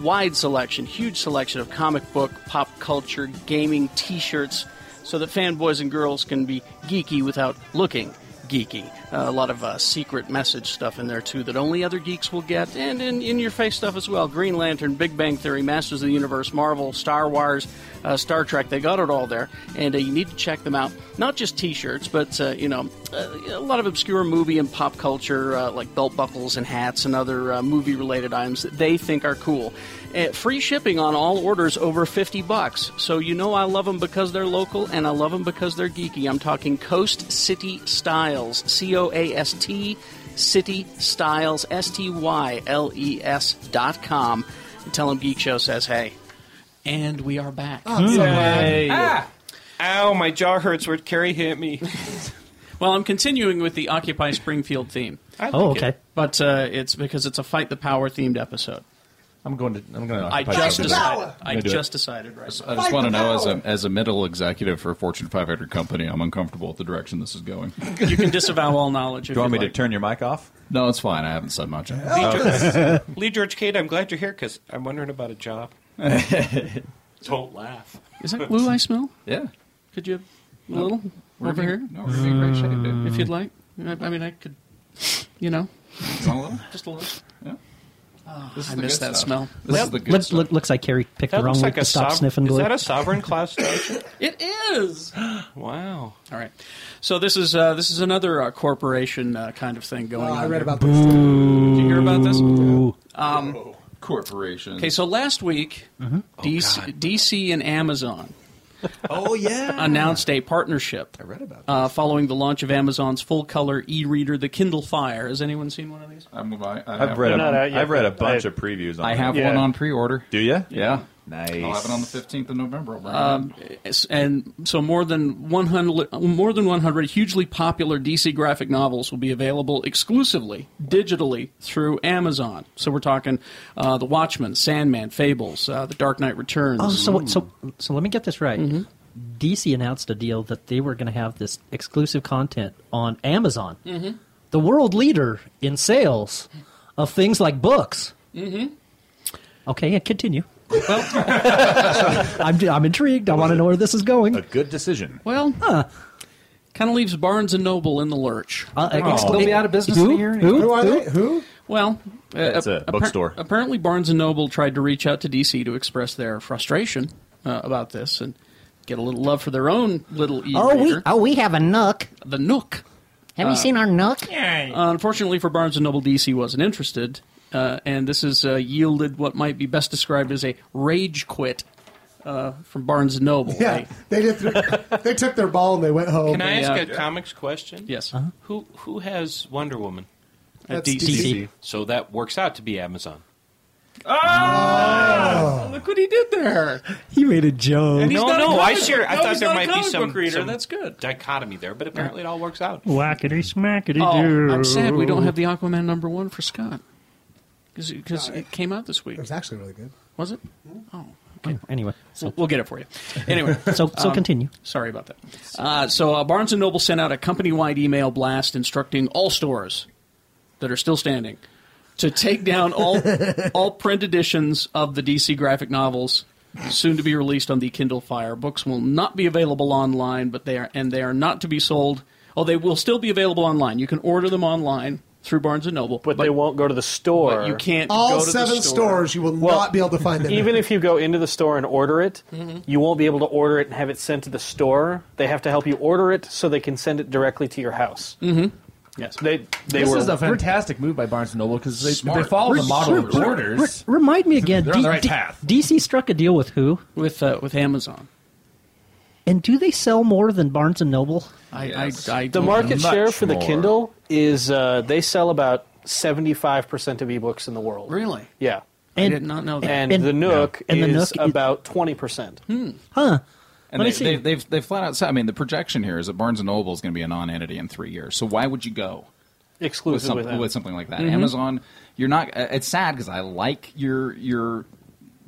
wide selection, huge selection of comic book, pop culture, gaming t shirts, so that fanboys and girls can be geeky without looking geeky. Uh, a lot of uh, secret message stuff in there, too, that only other geeks will get, and in, in your face stuff as well. Green Lantern, Big Bang Theory, Masters of the Universe, Marvel, Star Wars, uh, Star Trek, they got it all there, and uh, you need to check them out. Not just t shirts, but, uh, you know, uh, a lot of obscure movie and pop culture, uh, like belt buckles and hats and other uh, movie related items that they think are cool. Uh, free shipping on all orders over 50 bucks. So you know I love them because they're local and I love them because they're geeky. I'm talking Coast City Styles, C O A S T City Styles, S T Y L E S dot com, and tell them Geek Show says hey. And we are back. Oh, uh, Yay. Ah. Ah. Ow, Oh, my jaw hurts Hmm. where Carrie hit me. Well, I'm continuing with the Occupy Springfield theme. I Oh, like it. okay. But uh, it's because it's a Fight the Power themed episode. I'm going to. I'm going to. I Occupy just Springfield. decided. Fight I the power! I'm gonna do just it. decided. Right. I just want to know, as a as a middle executive for a Fortune 500 company, I'm uncomfortable with the direction this is going. you can disavow all knowledge. If Do you want you'd me to like. turn your mic off? No, it's fine. I haven't said much. Oh. Lee, George, Lee George Cade, I'm glad you're here because I'm wondering about a job. Don't laugh. Is that glue I smell? Yeah. Could you have a No. little We're over being- here? no, we're being great shape, dude. If you'd like, I, I mean, I could. You know, just a little. Oh, This is I the miss good that stuff. smell. This is the good Look- look- looks like Carrie picked the wrong week to stop sov- sniffing Is glue. that a sovereign class station? It is. wow. All right. So this is uh, this is another uh, corporation uh, kind of thing going Oh, on. I read here. about this. Did you hear about this? Um, Corporation. okay, so last week, Mm-hmm. DC, DC and Amazon. Oh, yeah. announced a partnership. I read about uh, following the launch of Amazon's full-color e-reader, the Kindle Fire. Has anyone seen one of these? I'm, I, I I've have- read. A, I've read a bunch of previews. on I it. have one on pre-order. Do you? Yeah. Nice. I'll have it on the 15th of November. I'll bring it up. Um, s- and so more than 100 more than 100 hugely popular DC graphic novels will be available exclusively digitally through Amazon. So we're talking uh, The Watchmen, Sandman, Fables, uh, The Dark Knight Returns. Mm. Mm-hmm. Oh, so so so let me get this right. DC announced a deal that they were going to have this exclusive content on Amazon, Mhm. the world leader in sales of things like books. Mhm. Okay, yeah, continue. I'm I'm intrigued. I want to know where this is going. A good decision. Well, kind of leaves Barnes and Noble in the lurch. Uh, ex- Oh. they'll be out of business in a Who? year? Who? Who are Who? they? Who? Well, uh, It's a appar- bookstore. apparently, Barnes and Noble tried to reach out to DC to express their frustration uh, about this and get a little love for their own little e Oh, we oh we have a nook. The nook. Have you Uh, seen our nook? Unfortunately for Barnes and Noble, DC wasn't interested, uh, and this has uh, yielded what might be best described as a rage quit uh, from Barnes and Noble. Yeah, they did. they took their ball and they went home. Can I ask a comics question? Yes. Who who has Wonder Woman? At That's DC. DC. So that works out to be Amazon. Oh, Look what he did there. He made a joke. no, not a no, I comic- sure. I no, thought he's there not a might be comic some, book reader. some That's good. dichotomy there, but apparently it all works out. Whackity smackity doo. Oh, I'm sad we don't have the Aquaman number one for Scott because it came out this week. It was actually really good. Mm-hmm. Was it? Oh, okay. Anyway, We'll, we'll get it for you. Anyway, Um, So- Um, so continue. Sorry about that. Uh, so uh, Barnes and Noble sent out a company-wide email blast instructing all stores that are still standing to take down all all print editions of the DC graphic novels soon to be released on the Kindle Fire. Books will not be available online, but they are and they are not to be sold. Oh, they will still be available online. You can order them online through Barnes and Noble, but, they won't go to the store. you can't All go to seven the store. stores, you will not be able to find them. Even if you go into the store and order it, Mhm. you won't be able to order it and have it sent to the store. They have to help you order it so they can send it directly to your house. Mm-hmm. Yes. They they this were is a fantastic move by Barnes and Noble because they, Smart. they follow the Re- model of re- orders. Re- remind me again. They're on the right path. DC struck a deal with who? With uh, with Amazon. And do they sell more than Barnes and Noble? I, I, I the market share for the Kindle is uh, they sell about seventy five percent of ebooks in the world. Really? Yeah. I And- did not know that. And, and- the Nook Yeah. And the is Nook is- about twenty percent. Huh. And Let they, they, me see. they've they flat out said. I mean, the projection here is that Barnes and Noble is going to be a non-entity in three years. So why would you go with, Exclusive some- with them. with something like that? Mm-hmm. Mhm. Amazon, you're not. uh, It's sad because I like your your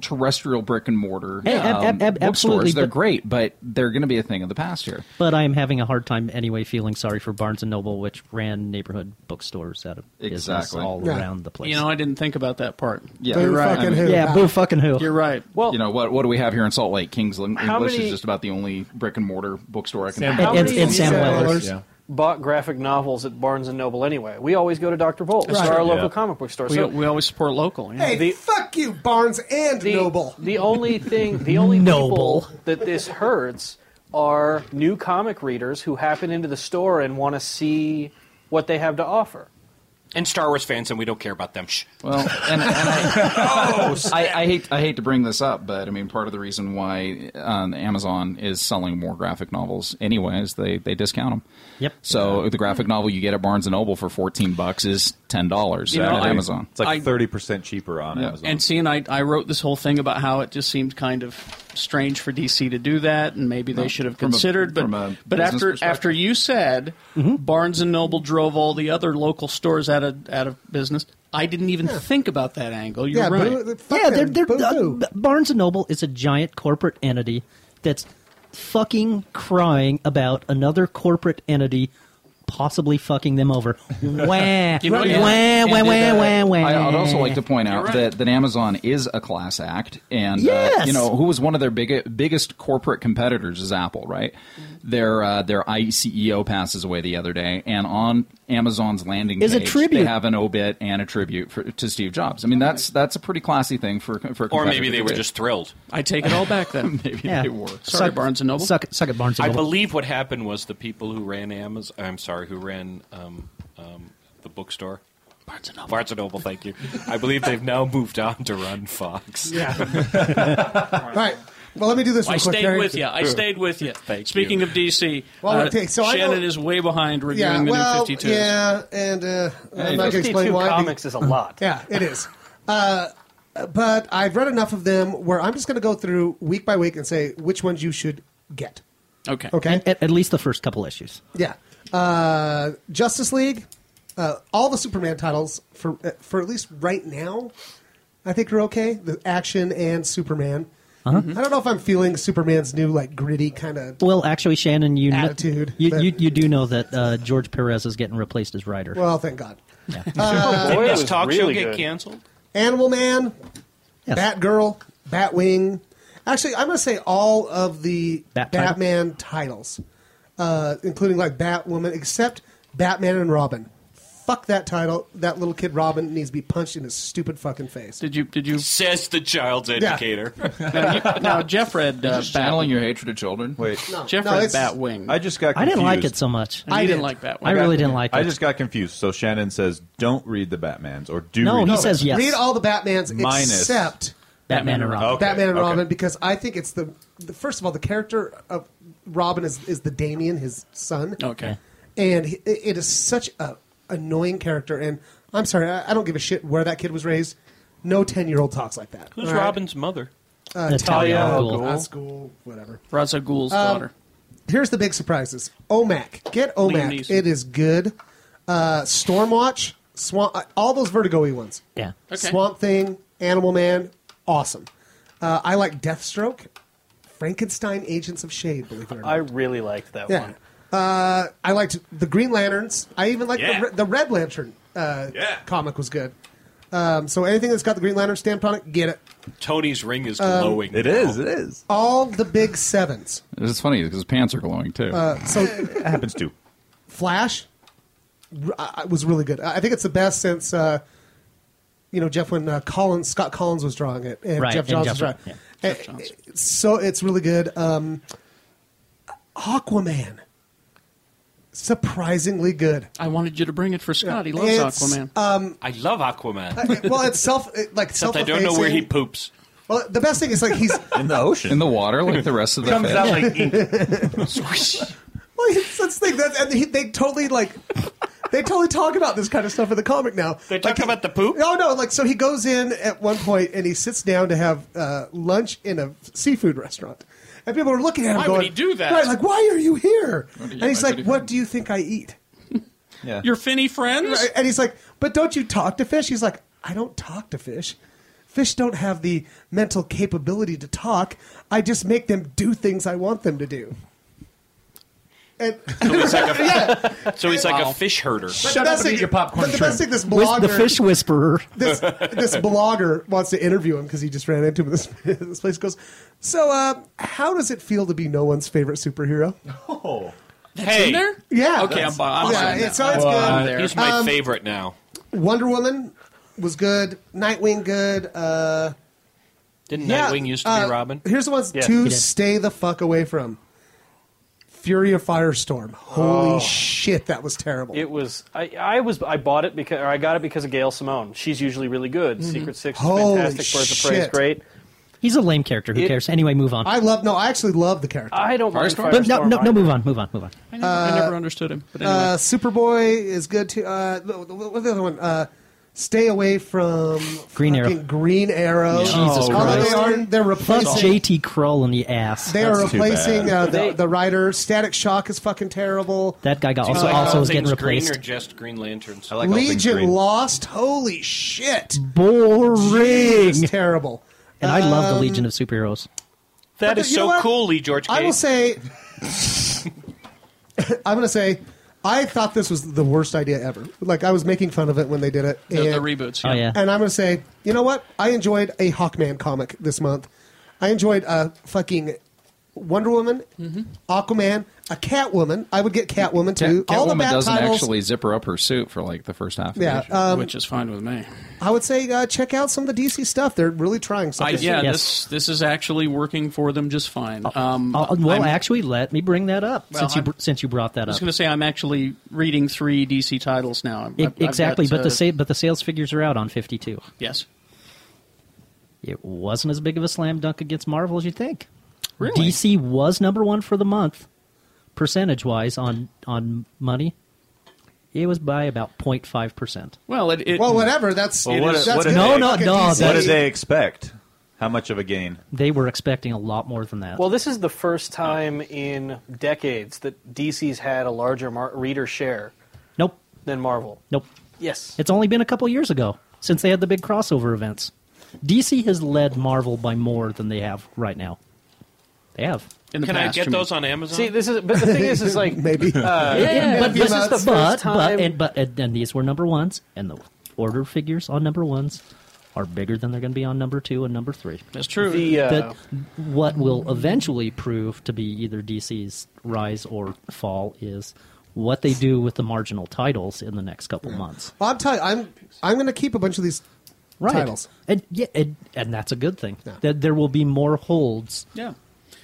terrestrial brick and mortar. um, Hey, ab- ab- ab- bookstores. absolutely, they're but- great, but they're going to be a thing of the past here. But I am having a hard time anyway feeling sorry for Barnes and Noble, which ran neighborhood bookstores out of business Exactly. all Yeah. around the place. You know, I didn't think about that part. Yeah, Boo You're right. fucking who. Yeah, boo fucking who. You're right. Well, you know what? What do we have here in Salt Lake? King's Eng- How English many- is just about the only brick and mortar bookstore I can. Sam- think how of. many resellers Bought graphic novels at Barnes and Noble anyway. We always go to Dr. Bolt's That's or true. our local Yeah. comic book store. We, so we always support local. Yeah. Hey, The- fuck you, Barnes and Noble. The only thing, the only Noble. people that this hurts are new comic readers who happen into the store and want to see what they have to offer. And Star Wars fans, and we don't care about them. Shh. Well, and, and Oh, I, Oh, I, I hate I hate to bring this up, but I mean part of the reason why um, Amazon is selling more graphic novels anyway is they they discount them. Yep. So the graphic novel you get at Barnes and Noble for fourteen bucks is ten dollars You know, on I- Amazon. It's like I- thirty percent cheaper on And seeing, I, I wrote this whole thing about how it just seemed kind of strange for DC to do that, and maybe they No, should have from a- considered. from but a but business after perspective. after you said Mm-hmm. Barnes and Noble drove all the other local stores out of out of business, I didn't even think about that angle. You're yeah, right. boo- yeah, they're, they're, uh, B- Barnes and Noble is a giant corporate entity that's fucking crying about another corporate entity possibly fucking them over. Wah, wah, wah, wah, wah, wah, I, would also like to point You're out right. that, that Amazon is a class act, and uh, Yes! you know who was one of their big, biggest corporate competitors is Apple, right? Mm-hmm. Their uh, their ICEO passes away the other day, and on Amazon's landing Is a page, tribute. they have an obit and a tribute for, to Steve Jobs. I mean, that's that's a pretty classy thing for for. a Or competitor maybe they to were do. just thrilled. I take it all back then. maybe Yeah. they were. Sorry, Barnes and Noble. Suck, it- suck it, Barnes and I Noble. believe what happened was the people who ran Amazon. I'm sorry, who ran um, um, the bookstore. Barnes and Noble. Barnes and Noble. Thank you. I believe they've now moved on to run Fox. All right. Well, let me do this. I real quick, stayed Gary. with you. I stayed with you. Speaking of DC, Well, uh, okay, so I Shannon don't- is way behind reviewing Yeah, the well, new 52. yeah, and uh, I'm not going to explain why. is a lot. Yeah, it is. Uh, but I've read enough of them where I'm just going to go through week by week and say which ones you should get. Okay. Okay. And At, at least the first couple issues. Yeah. Uh, Justice League, uh, all the Superman titles for uh, for at least right now, I think are okay. The action and Superman. Uh-huh. I don't know if I'm feeling Superman's new like gritty kind of. Well, actually, Shannon, you kn- Attitude, you, but- you you do know that uh, George Perez is getting replaced as writer. Well, thank God. Yeah. Didn't this talk show get canceled? Animal Man, Batgirl, Batwing. Actually, I'm going to say all of the Bat title? Batman titles, uh, including like Batwoman, except Batman and Robin. Fuck that title. That little kid Robin needs to be punched in his stupid fucking face. Did you? Did you? Says the child's Yeah. educator. now, you- now, Jeff read uh, Just channeling your hatred of children. Wait, No. Jeff No, read it's- Batwing. I just got. I Confused. didn't like it so much. I didn't like Batwing. I really didn't like it. I just got confused. So Shannon says, "Don't read the Batman's," or do. No, read he the says Batmans. yes. Read all the Batmans Minus except Batman and Robin. Okay, Batman and okay. Robin because I think it's the, the first of all the character of Robin is is the Damien his son. Okay. and he, it it is such a annoying character. And I'm sorry, I, I don't give a shit where that kid was raised. No ten year old talks like that. Who's All right? Robin's mother? Uh, Natalia Talia Al Ghul. Al Ghul, whatever. Raza Ghul's Um, daughter. Here's the big surprises. OMAC, get Liam OMAC. Neeson. It is good. Uh, Stormwatch, Swamp, uh, all those Vertigo-y ones. Yeah. Okay. Swamp Thing, Animal Man, awesome. Uh, I like Deathstroke, Frankenstein, Agents of Shade. Believe it or not. I really liked that Yeah. one. Uh, I liked the Green Lanterns. I even liked Yeah. the, Re- the Red Lantern uh, comic was good. Um, so anything that's got the Green Lantern stamp on it, get it. Tony's ring is Um, glowing. It is. It is. All the big sevens. It's funny because his pants are glowing too. Uh, so It happens too. Flash r- I- I was really good. I I think it's the best since uh, you know Jeff when uh, Collins Scott Collins was drawing it and Right, Jeff and Johns was Jeff- drawing. it. Uh, So it's really good. Um, Aquaman, surprisingly good. I wanted you to bring it for Scott. He loves It's, um, Aquaman. I love Aquaman. well, it's self it, like Except self. I don't know where he poops. Well, the best thing is like he's In the ocean. in the water, like the rest of the fish. like ink. well, it's, that's the thing that and he, they totally like they totally talk about this kind of stuff in the comic now. They talk Like, he- about the poop? No, no, like so he goes in at one point and he sits down to have uh, lunch in a seafood restaurant. And people are looking at him Why would going, he do that? Right, like, why are you here? What do you- and he's why like, would he what come? do you think I eat? Yeah. Your finny friends? Right, And he's like, but don't you talk to fish? He's like, I don't talk to fish. Fish don't have the mental capability to talk. I just make them do things I want them to do. And So he's like a fish herder. But the best up and thing- eat your popcorn But the best thing shrimp. this Whis- blogger, the fish whisperer. this, this blogger wants to interview him because he just ran into him. at This, this place goes. So, uh, how does it feel to be no one's favorite superhero? Oh. Hey, Yeah. Okay, I'm, bu- I'm yeah, buying it that. sounds I'm good. Um, there. uh, he's Um, my favorite now. Wonder Woman was good. Nightwing good. Uh, Didn't yeah, Nightwing used to uh, be Robin? Here's the ones Yes. to He did. stay the fuck away from. Fury of Firestorm. Holy Oh. shit, that was terrible. It was I, I was I bought it because or I got it because of Gail Simone. She's usually really good. Mhm. Secret Six, is Holy fantastic. Birds of Prey is shit. great. He's a lame character. Who It- cares? Anyway, move on. I love. No, I actually love the character. I don't mind Firestorm? But no, Firestorm no, no. either. Move on. Move on. Move on. I never, I never understood him. But anyway. Uh, Superboy is good too. Uh, the- the- what's the other one? Uh, stay away from Green Arrow. fucking Green Arrow. Jesus Although Christ. They are, they're Oh, Fuck replacing. JT Krull in the ass. They are replacing uh, They- the, the writer. Static Shock is fucking terrible. that guy got Do you also like also all was getting things green replaced. Or just Green Lanterns. Legion lost. Holy shit! Boring. It's terrible. And I love the Um, Legion of Superheroes. That But is you know so what? cool, Lee George. I will Cade. say, I'm going to say, I thought this was the worst idea ever. Like I was making fun of it when they did it. The- the and- reboots, yeah. Oh, yeah. And I'm going to say, you know what? I enjoyed a Hawkman comic this month. I enjoyed a fucking Wonder Woman, Mm-hmm. Aquaman, a Catwoman. I would get Catwoman too. Cat- All the Catwoman bad doesn't titles. actually zipper up her suit for like the first half. Of Yeah, the issue. um, Which is fine with me. I would say uh, check out some of the DC stuff. They're really trying I, something. yeah, this this is actually working for them just fine. Um, Uh, well, I'm- actually, let me bring that up Well, since you I'm- br- since you brought I that up. was going to say I'm actually reading three DC titles now. I've- E- I've- I've exactly, got, but uh, the sa- but the sales figures are out on fifty two. Yes. It wasn't as big of a slam dunk against Marvel as you think. Really? DC was number one for the month, percentage wise on on money. It was by about 05 percent. Well, it, it, well, whatever. That's, Well, what- that's what good. did they- No, no, no, What that's- did they expect? How much of a gain? They were expecting a lot more than that. Well, Well, this is the first time in decades that DC's had a larger mar- reader share nope, than Marvel. nope. Yes. It's only been a couple years ago since they had the big crossover events. DC has led Marvel by more than they have right now. They have. Can I get those on Amazon? See, this is but the thing is, is like maybe. Uh, but this is the first but, time. But, and, but and, and these were number ones, and the order figures on number ones are bigger than they're going to be on number two and number three. That's true. The, uh, That- what will eventually prove to be either DC's rise or fall is what they do with the marginal titles in the next couple months. Well, I'm telling. I'm I'm going to keep a bunch of these Right. titles. And yeah, and, and that's a good thing. That there will be more holds. Yeah.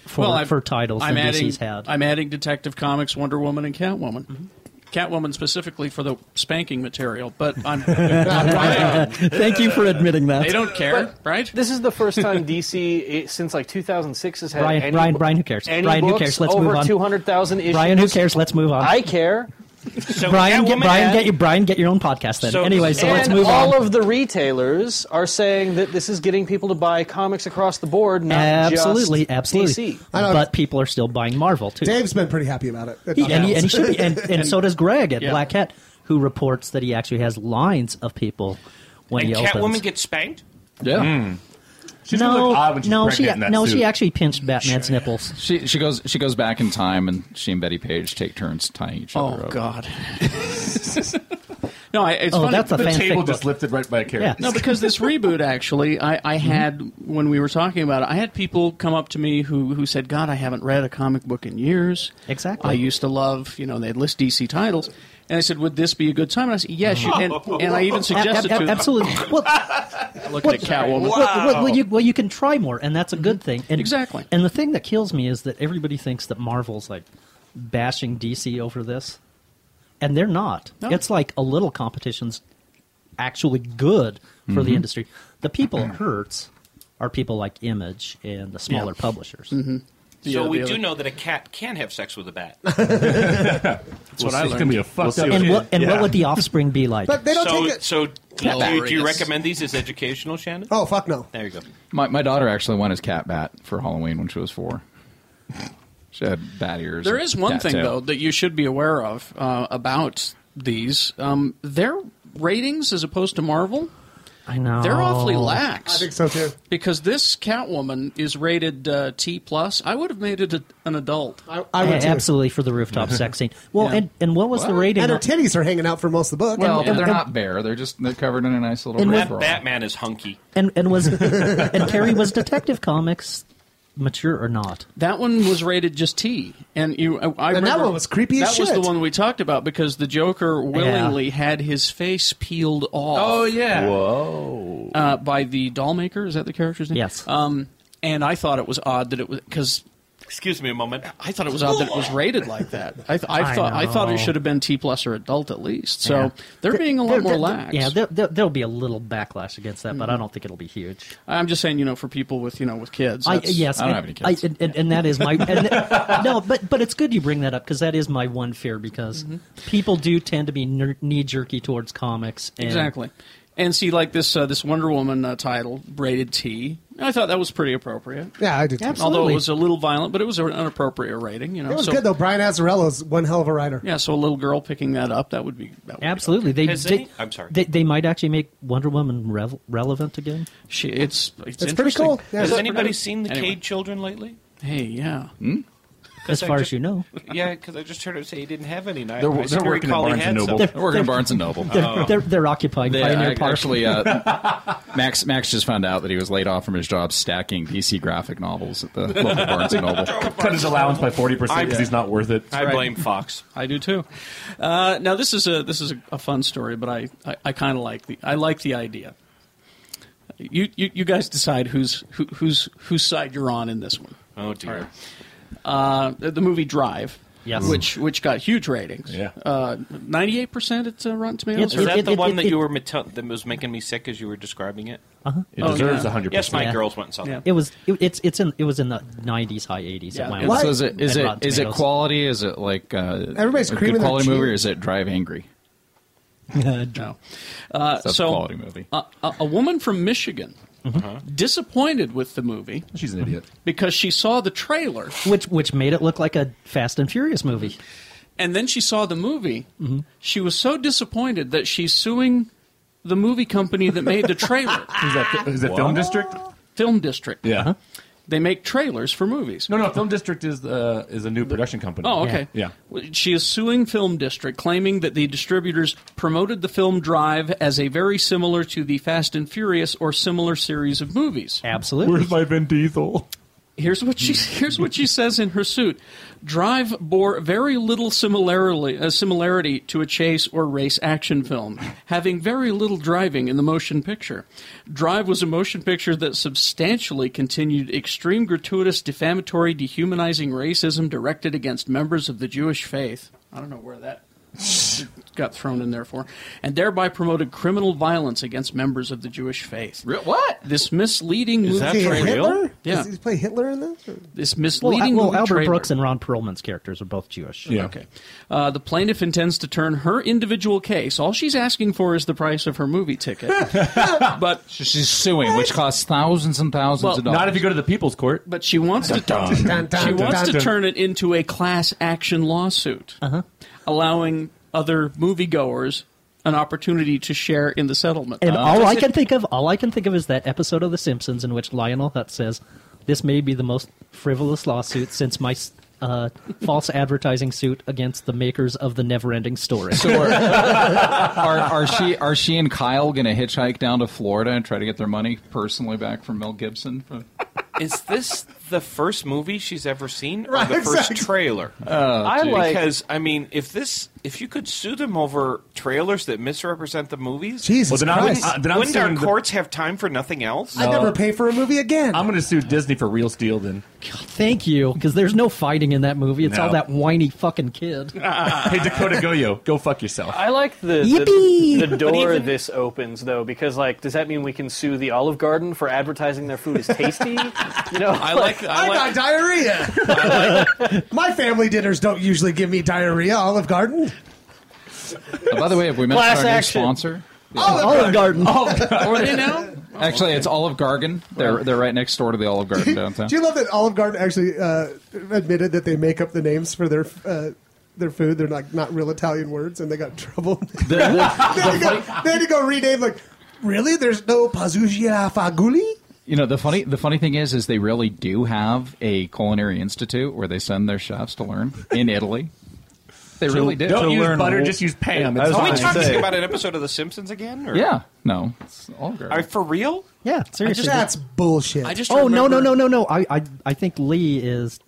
For, I've- for titles I'm than adding, DC's had. Mm-hmm. I'm adding Detective Comics, Wonder Woman, and Catwoman. Catwoman specifically for the spanking material, but I'm. I'm Thank you for admitting that. They don't care, right? This is the first time DC i- since like 2006 has had Brian, any, Brian, Brian, who cares? any Brian, who books cares? Let's over move on. 200,000 issues. Brian, who cares? Let's move on. I care. Brian, get, Catwoman Brian, had- get your Brian, get your own podcast then. anyway, so let's and move all on. of the retailers are saying that this is getting people to buy comics across the board, not absolutely, just absolutely. DC. But people are still buying Marvel too. Dave's been pretty happy about it. He- and, he, and he should be, and, and, so does Greg at Yeah. Black Hat, who reports that he actually has lines of people when and he opens. Catwoman gets spanked. Yeah. She's no, gonna look odd when Hmm. she's no, pregnant she in that no, suit. she actually pinched Batman's nipples. She she goes she goes back in time, and she and Betty Page take turns tying each other Oh, up. God. no, I, it's Oh, funny. that's a The fanfic table book. just lifted right by a carrot. Yeah. No, because this reboot actually, I, I Mm-hmm. had when we were talking about it, I had people come up to me who who said, "God, I haven't read a comic book in years. Exactly. I used to love, you know, they'd list DC titles." And I said, "Would this be a good time?" And I said, "Yes." You, and, and I even suggested Oh. Ab- ab- to absolutely. Well, I looked at Catwoman. Well, well, well, you, well, you can try more, and that's a good thing. And, Exactly. And the thing that kills me is that everybody thinks that Marvel's like bashing DC over this, and they're not. No. It's like a little competition's actually good for the Mhm. industry. The people it hurts are people like Image and the smaller Yeah. publishers. Mhm. So Yeah, we the do other- know that a cat can have sex with a bat. That's what I learned. and what, and what would the offspring be like? so, take it- So, do Cat you, do you Batteries. recommend these as educational, Shannon? Oh fuck no! There you go. My my daughter actually wanted cat bat for Halloween when she was four. She had bat ears. There and is one cat thing tail. though that you should be aware of uh, about these. Um, their ratings, as opposed to Marvel, I know they're awfully lax. I think so too. Because this Catwoman is rated uh, T plus. I would have made it a, an adult. I would Yeah, too. absolutely for the rooftop sex scene. Well, Yeah. and, and what was the rating? And her on- titties are hanging out for most of the book. Well, And- but they're and- not bare. They're just they're covered in a nice little And red what- bra. Batman is hunky. and and was and Carrie was Detective Comics mature or not? That one was rated just T, and you. I, I And that remember- one was creepy That as was shit. the one we talked about because the Joker willingly had his face peeled off. Oh, yeah. Whoa. Uh, by the doll maker. Is that the character's name? Yes. Um, and I thought it was odd that it was because Excuse me a moment. I thought it was odd that it was rated like that. I, th- I, I thought I thought know. it should have been T plus or adult at least. So Yeah. they're being a lot There- more there- lax. Yeah, there, there, there'll be a little backlash against that, but I Mhm. don't think it'll be huge. I'm just saying, you know, for people with you know with kids. I, that's- yes, I, and, and, and that is my and th- no, but but it's good you bring that up because that is my one fear because people do tend to be ner- knee jerky towards comics. And exactly. And see, like this uh, this Wonder Woman uh, title, rated T. I thought that was pretty appropriate. Yeah, I did too. Although Absolutely. it was a little violent, but it was an appropriate rating. You know, It was so, good though. Brian Azzarello's one hell of a writer. Yeah, so a little girl picking that up, that would be. That would Absolutely, they, Has they any- I'm sorry. They, they might actually make Wonder Woman rev- relevant again. She, it's it's, interesting. Has anybody seen the Anyway. Cade children lately? Hey, yeah. Hmm? As far as you know. Yeah, because I just heard her say he didn't have any. And I, They're- I they're seem to working at recall he Barnes and had Noble. some. They're- They're working at they're- Barnes and Noble. They're, Oh. they're, they're occupying They- Pioneer I- Park. actually, uh, Max Max just found out that he was laid off from his job stacking DC graphic novels at the local Barnes and Noble. Cut his allowance by 40% because he's not worth it. I blame Fox. I do too. Uh, now this is a this is a, a fun story, but I, I, I kind of like the I like the idea. You, you you guys decide who's who, who's whose side you're on in this one. Oh dear. Uh, the, the movie Drive, Yes. which which got huge ratings. Yeah. ninety eight percent at uh, Rotten Tomatoes. Is that the one that you were meta- that was making me sick as you were describing it? Uh-huh. It Oh, deserves yeah. 100%. Yes, my girls went and saw that. It was it, it's it's in it was in the nineties, high eighties. Yeah. Yeah. And so is it is it is it quality? Is it like uh, Everybody's a creaming good their quality movie, or cheese. is it Drive Angry? no. Uh, That's a so, quality movie. A, a, a woman from Michigan disappointed with the movie. She's an idiot because she saw the trailer which which made it look like a Fast and Furious movie. Mm-hmm. and then she saw the movie. She was so disappointed that she's suing the movie company that made the trailer. Is that, is that Film District? Film District. Uh-huh. Yeah. They make trailers for movies. No, no. Film District is uh, is a new production company. Oh, okay. Yeah. She is suing Film District, claiming that the distributors promoted the film Drive as a very similar to the Fast and Furious or similar series of movies. Absolutely. Where's my Vin Diesel? Here's what she here's what she says in her suit. Drive bore very little similarly uh, similarity to a chase or race action film, having very little driving in the motion picture. Drive was a motion picture that substantially continued extreme gratuitous defamatory dehumanizing racism directed against members of the Jewish faith. I don't know where that got thrown in there for, and thereby promoted criminal violence against members of the Jewish faith. what? This misleading Is movie he Hitler? trailer. Yeah Does he play Hitler in this? or- this Well, misleading well, movie Albert trailer. Brooks and Ron Perlman's characters are both Jewish. Okay. Uh, the plaintiff intends to turn her individual case. All she's asking for is the price of her movie ticket. but she's suing, which costs thousands and thousands Well, of dollars. not if you go to the People's Court. But she wants to Dun, dun, dun, she dun, wants dun, to dun. turn it into a class action lawsuit, Uh-huh. allowing other moviegoers an opportunity to share in the settlement. Uh, Uh, And all I can think of, all I can think of is that episode of The Simpsons in which Lionel Hutz says, "This may be the most frivolous lawsuit since my uh, false advertising suit against the makers of the Neverending Story." So are, are, are she are she and Kyle going to hitchhike down to Florida and try to get their money personally back from Mel Gibson? oh, Is this the first movie she's ever seen, or Right, the first exactly. trailer? Oh, I gee. like because I mean, if this, if you could sue them over trailers that misrepresent the movies, Jesus Well, then I'm- wouldn't, uh, then I'm wouldn't our suing the- courts have time for nothing else? I'd never pay for a movie again. I'm going to sue Disney for real steel then. Thank you, because there's no fighting in that movie. It's No. all that whiny fucking kid. hey, Dakota Goyo, go fuck yourself. I like the the, Yippee! the But door even- this opens though, because like, does that mean we can sue the Olive Garden for advertising their food is tasty? you know, I like- I got diarrhea. My family dinners don't usually give me diarrhea. Olive Garden. Uh, by the way, have we mentioned Class our new action. sponsor? Olive Garden. Olive Garden. Or they know? Actually, it's Olive Garden. They're they're right next door to the Olive Garden downtown. Do you love that Olive Garden actually uh, admitted that they make up the names for their uh, their food? They're like not real Italian words, and they got in trouble. The- the- they, had to go, they had to go rename. Like, really? There's no Pazugia Faguli? You know the funny the funny thing is is they really do have a culinary institute where they send their chefs to learn in Italy. They To- really do. don't To use learn butter, wh- just use Pam. I was Are we gonna talking say. about an episode of The Simpsons again? Or? Yeah. No. It's Olive Garden. Are for real? Yeah, seriously. just- That's bullshit. I just oh no no remember- no no no! I, I I think Lee is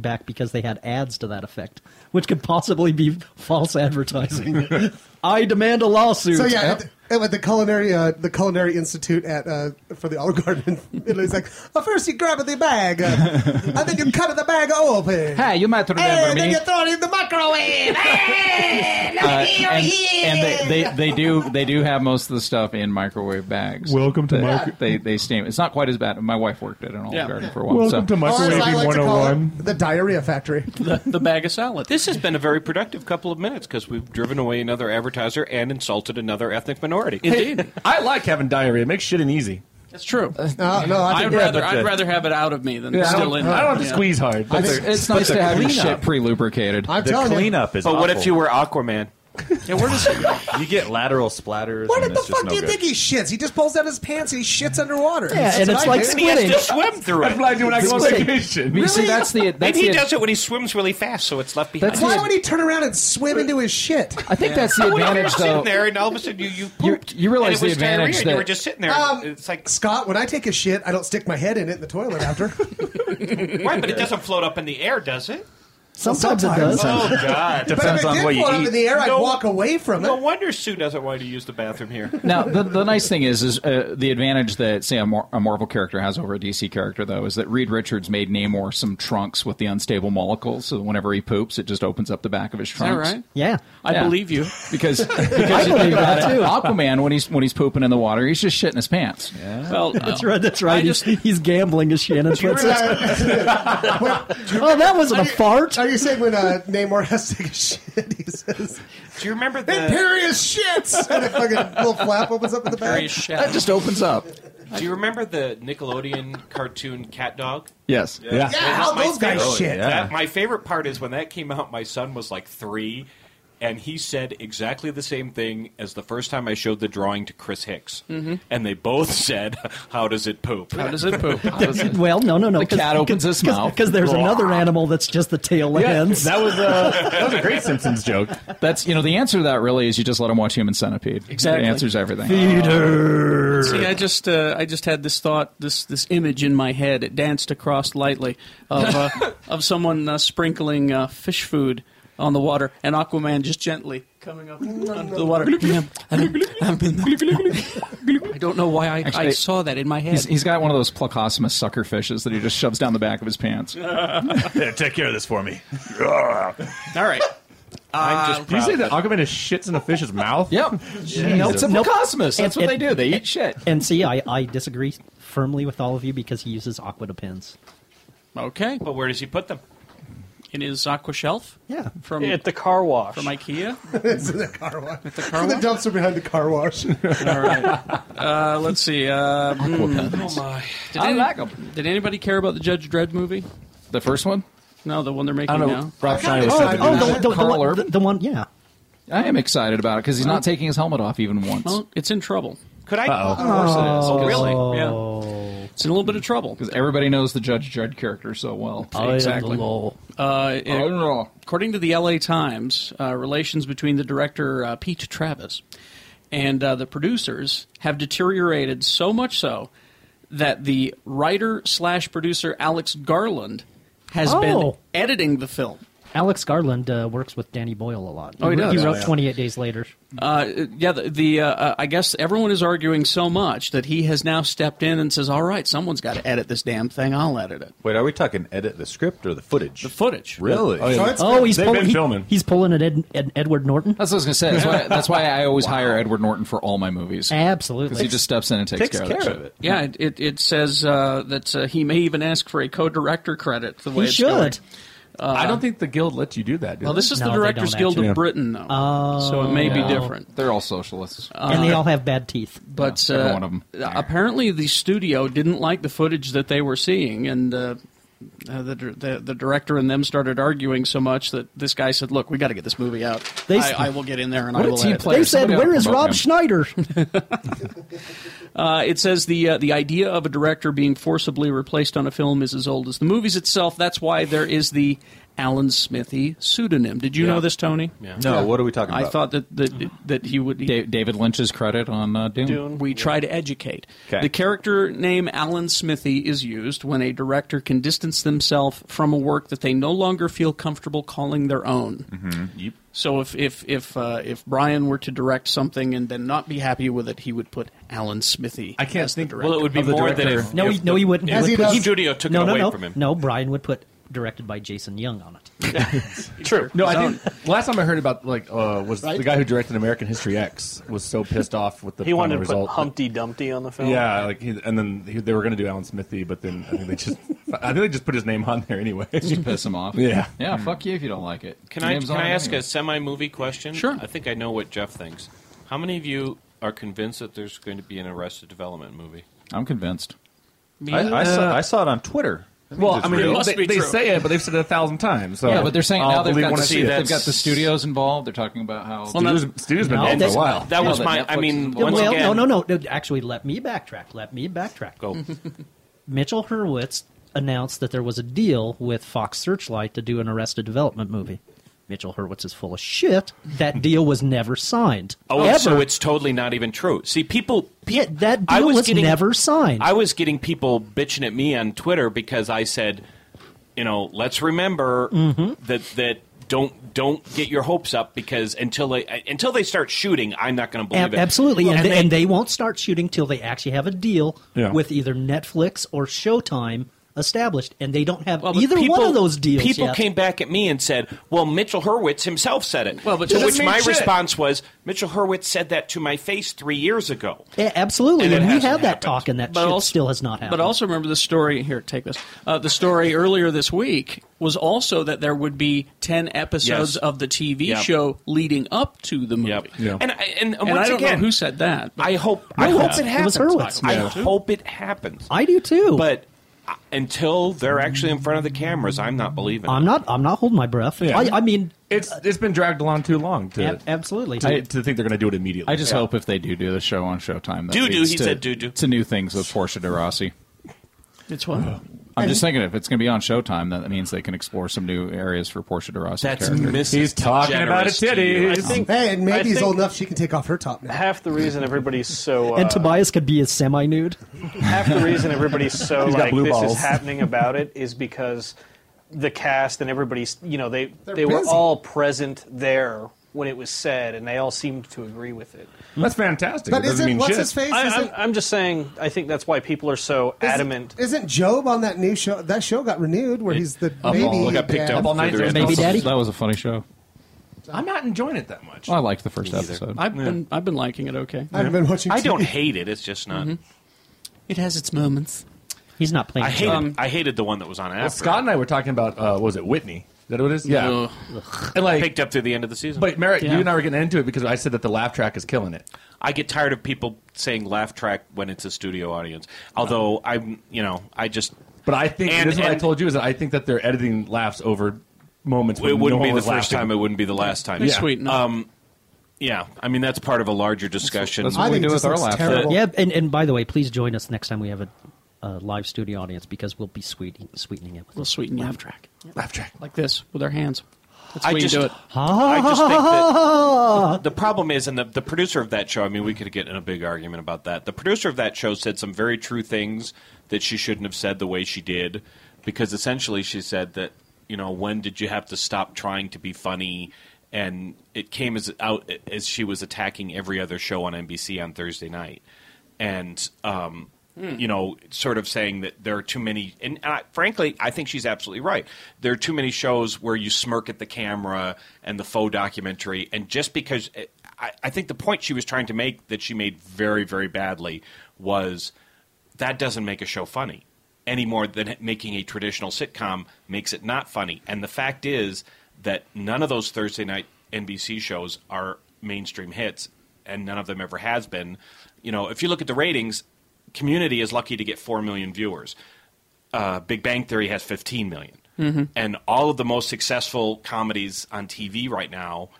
back because they had ads to that effect, which could possibly be false advertising. I demand a lawsuit. So yeah, at the, at the culinary uh, the culinary institute at uh, for the Olive Garden, in Italy, it's like, well, first you grab the bag, uh, and then you cut the bag open. Hey, you might remember Hey, me. then you throw it in the microwave. Hey, let Uh, me hear and you. and they, they, they do they do have most of the stuff in microwave bags. Welcome to They- mic- They they steam. It's not quite as bad. My wife worked at an Olive Yeah. Garden Yeah. for a while. Welcome so. to Or as I Microwaving like to call 101. it, the diarrhea factory. the, the bag of salad. This has been a very productive couple of minutes because we've driven away another advertiser and insulted another ethnic minority. Indeed. I like having diarrhea. It makes shitting easy. That's true. No, no, I I'd think- rather yeah, but, I'd uh, rather have it out of me than Yeah, I still don't- in. I don't me. have to squeeze hard. But It's, it's nice to have your shit pre-lubricated. I'm The telling you. cleanup is But what awful. if you were Aquaman? Yeah, where does you get lateral splatters? Where and did the it's just fuck no do you good. think he shits? He just pulls down his pants and he shits underwater. Yeah, and it's like And he has to Squid. swim through it. That's what I do when I go on Squid. vacation. Really? See, that's the- that's and he the- does it when he swims really fast, so it's left behind. That's Why the- would he turn around and swim into his shit? I think that's the advantage, Sitting though. there, and all of a sudden you you You, pooped. you realize and it the was diarrhea, advantage and you that were just sitting there. Um, it's like Scott, when I take a shit, I don't stick my head in it in the toilet after. right, but it doesn't float up in the air, does it? Sometimes it does. Oh God! But if it did float up in the air, I'd No- walk away from No it. wonder Sue doesn't want you to use the bathroom here. now the, the nice thing is is uh, the advantage that say a, Mar- a Marvel character has over a DC character though is that Reed Richards made Namor some trunks with the unstable molecules so whenever he poops it just opens up the back of his that trunks. right? Yeah. I Yeah. believe you. Because, because you think about it, Aquaman when he's when he's pooping in the water he's just shitting his pants. Oh, Well, That's right. That's right. He's, he's gambling as Shannon puts it. oh, that wasn't a fart. Are you saying when uh, Namor has to take a shit, he says, Do you remember the "Imperious shits," and a fucking little flap opens up in the back? Imperious shit. That just opens up. Do you remember the Nickelodeon cartoon Cat Dog? Yes. That was how my those guys favorite- shit. that- my favorite part is when that came out. My son was like three, and he said exactly the same thing as the first time I showed the drawing to Chris Hicks, Mhm. and they both said, "How does it poop? How does it poop? Well, no, no, no. The cat opens his mouth. because there's another animal that's just the tail ends. that was, uh, that was a great Simpsons joke. That's you know the answer to that really is you just let him watch Human Centipede. Exactly. It answers everything. Feeder. See, I just uh, I just had this thought, this this image in my head. It danced across lightly of uh, of someone uh, sprinkling uh, fish food on the water, and Aquaman just gently coming up onto the water. I don't know why I, I Actually, saw that in my head. He's, he's got one of those Plocosimus sucker fishes that he just shoves down the back of his pants. Here, take care of this for me. All right. I'm Uh, just Did you say proud that Aquaman is shits in a fish's mouth? Yep. Jesus. It's a Plocosimus. That's what they do. They eat shit. And see, I, I disagree firmly with all of you because he uses aqua to pins. Okay, But where does he put them? in his aqua shelf. Yeah, from At the car wash. from IKEA. it's in the car wash. It's the car in the wash? dumpster behind the car wash. All right. Uh, let's see. Uh, hmm. Oh my! did, I any- like 'em. did anybody care about the Judge Dredd movie? The first one? No, the one they're making I don't know. now. Rob Schneider was Oh, talking oh, about the, it. the, the Carl one, the, Urban? the one, yeah. I am excited about it because he's not taking his helmet off even once. Well, it's in trouble. Could I? Uh-oh. Oh, Oh, really? Yeah. It's in a little bit of trouble. Because everybody knows the Judge Dredd character so well. Uh, I don't know. According to the LA Times, uh, relations between the director uh, Pete Travis and uh, the producers have deteriorated so much so that the writer slash producer Alex Garland has been Oh. editing the film. Alex Garland uh, works with Danny Boyle a lot. Oh, he does? He wrote Oh, yeah. 28 Days Later. Uh, yeah, the, the uh, uh, I guess everyone is arguing so much that he has now stepped in and says, "All right, someone's got to edit this damn thing. I'll edit it." Wait, are we talking edit the script or the footage? The footage, Really? Oh, yeah. So it's- Oh, he's They've pulling. been he- filming. he's pulling at Ed, Ed, Edward Norton. That's what I was going to say. That's why, uh, that's why I always hire Edward Norton for all my movies. Absolutely. Because he just steps in and takes, care, of, that shit. Yeah, it, it, it says uh, that uh, he may even ask for a co-director credit. The way He it's should. going. Uh, I don't think the guild lets you do that. do Well, they? this is No, the they Directors don't Guild of actually. Britain, though, so it may Yeah. be different. They're all socialists. and they all have bad teeth. But Yeah, every uh, one of 'em. apparently, the studio didn't like the footage that they were seeing, and uh, uh, the, dir- the the director and them started arguing so much that this guy said, "Look, we got to get this movie out. They s- I, I will get in there and What I a will." team edit it." player. They said, Somebody ought to "Where is promote Rob him." Schneider?" Uh, it says the uh, the idea of a director being forcibly replaced on a film is as old as the movies itself. That's why there is the Alan Smithy pseudonym. Did you Yeah. know this, Tony? Yeah. No, what are we talking I about? thought that that, that he would. Da- David Lynch's credit on uh, Dune. We try to educate. Okay. The character name Alan Smithy is used when a director can distance themselves from a work that they no longer feel comfortable calling their own. Mm-hmm. So if if if uh, if Brian were to direct something and then not be happy with it, he would put Alan Smithy. I can't think. Well, it would be more than if- No, he, no, he wouldn't. As would he put- does. The studio took no, it no, away no. from him. No, Brian would put directed by Jason Young on it. True. No, I Zone. think last time I heard about like uh, was Right? the guy who directed American History X was so pissed off with the he wanted final to result. put Humpty Dumpty on the film. yeah, like he, and then he, they were going to do Alan Smithy, but then I think they just I think they just put his name on there anyway just to piss him off. Yeah, Yeah, fuck you if you don't like it. Hmm. Can Your I name's can on I it ask anyway. a semi movie question? Sure. I think I know what Jeff thinks. How many of you are convinced that there's going to be an Arrested Development movie? I'm convinced. Me? I- I saw- I saw it on Twitter. Well, I mean, they, they say it, but they've said it a thousand times. So yeah, but they're saying I'll now they've believe got, when the, I see it. they've got the studios involved. They're talking about how Well, no, Studios- studios been no, involved for a that's- while. that was Yeah, my- Netflix I mean, involved. Yeah, well, no, no, no. Actually, let me backtrack. Let me backtrack. Go. Mitchell Hurwitz announced that there was a deal with Fox Searchlight to do an Arrested Development movie. Mitchell Hurwitz is full of shit. That deal was never signed. Oh, Ever. so it's totally not even true. See, people. Yeah, that I deal was was, getting- never signed. I was getting people bitching at me on Twitter because I said, you know, let's remember Mm-hmm. that that don't don't get your hopes up because until they until they start shooting, I'm not going to believe Ab- it. absolutely, and, And they, and they won't start shooting till they actually have a deal Yeah. with either Netflix or Showtime established, and they don't have Oh, But either one of those deals. People yet. came back at me and said, "Well, Mitchell Hurwitz himself said it." Well, but to doesn't which mean my shit. response was, "Mitchell Hurwitz said that to my face three years ago." Yeah, absolutely, And and, it we had hasn't that talk, and that But shit also- still has not happened. But also remember the story here. Take this. Uh, the story earlier this week was also that there would be ten episodes Yes. of the TV Yep. show leading up to the movie. And I- and, And once I don't again, know who said that. but- I hope No, I it hope was- it it was happens. Hurwitz. I Yeah. hope it happens. I do too. But uh, until they're actually in front of the cameras, I'm not believing. it. I'm not. I'm not holding my breath. I, I mean, it's it's been dragged along too long. To, Ab- absolutely. to, to think they're going to do it immediately. I just hope if they do do the show on Showtime, that Do-do, leads he to, said to new things with Portia de Rossi. It's what? I'm just thinking if it's going to be on Showtime, that means they can explore some new areas for Portia de Rossi's That's character. Mrs. He's talking about a titty. I think, hey, and I maybe he's think- old enough she can take off her top now. Half the reason everybody's so uh, and Tobias could be a semi-nude. half the reason everybody's so He's got like blue this balls. is happening about it is because the cast and everybody's you know they They're they were busy. all present there when it was said and they all seemed to agree with it. That's fantastic. But isn't what's his face? I, isn't, am I'm just saying I think that's why people are so adamant. isn't Job on that new show? That show got renewed where he's the Oh, baby. dad. That was a funny show. I'm not enjoying it that much. Well, I liked the first episode. I've been I've been liking it. Okay, Mm-hmm. I haven't been watching I TV. don't hate it. It's just Mm-hmm. not. It has its moments. He's not playing. I hated. Um, I hated the one that was on after. Well, Scott and I were talking about uh, what was it Whitney? Is that what it is? Yeah. And like picked up through the end of the season. But Merritt, you and I were getting into it because I said that the laugh track is killing it. I get tired of people saying laugh track when it's a studio audience. Although I'm, you know, I just. But I think And- this is what I and- told you is that I think that they're editing laughs over moments. It when wouldn't no be one the was first laughing. time. It wouldn't be the last time. They sweeten Um, yeah. I mean, that's part of a larger discussion. that's what I we think do it with just our looks laugh track. terrible. Yeah, and, and by the way, please join us next time we have a uh, live studio audience because we'll be sweetening, sweetening it. With We'll sweeten laugh track. Laugh track like this with our hands. That's I how you just- do it. I just think that the problem is, and the, the producer of that show, I mean, we could get in a big argument about that. The producer of that show said some very true things that she shouldn't have said the way she did, because essentially she said that, you know, when did you have to stop trying to be funny? And it came as out as she was attacking every other show on NBC on Thursday night. And, um, Hmm. you know, sort of saying that there are too many, and uh, frankly, I think she's absolutely right. There are too many shows where you smirk at the camera and the faux documentary, and just because eh, I, I think the point she was trying to make that she made very, very badly was that doesn't make a show funny any more than making a traditional sitcom makes it not funny. And the fact is that none of those Thursday night NBC shows are mainstream hits, and none of them ever has been. You know, if you look at the ratings, Community is lucky to get 4 million viewers. Uh, Big Bang Theory has 15 million. Mm-hmm. Mhm. And all of the most successful comedies on TV right now,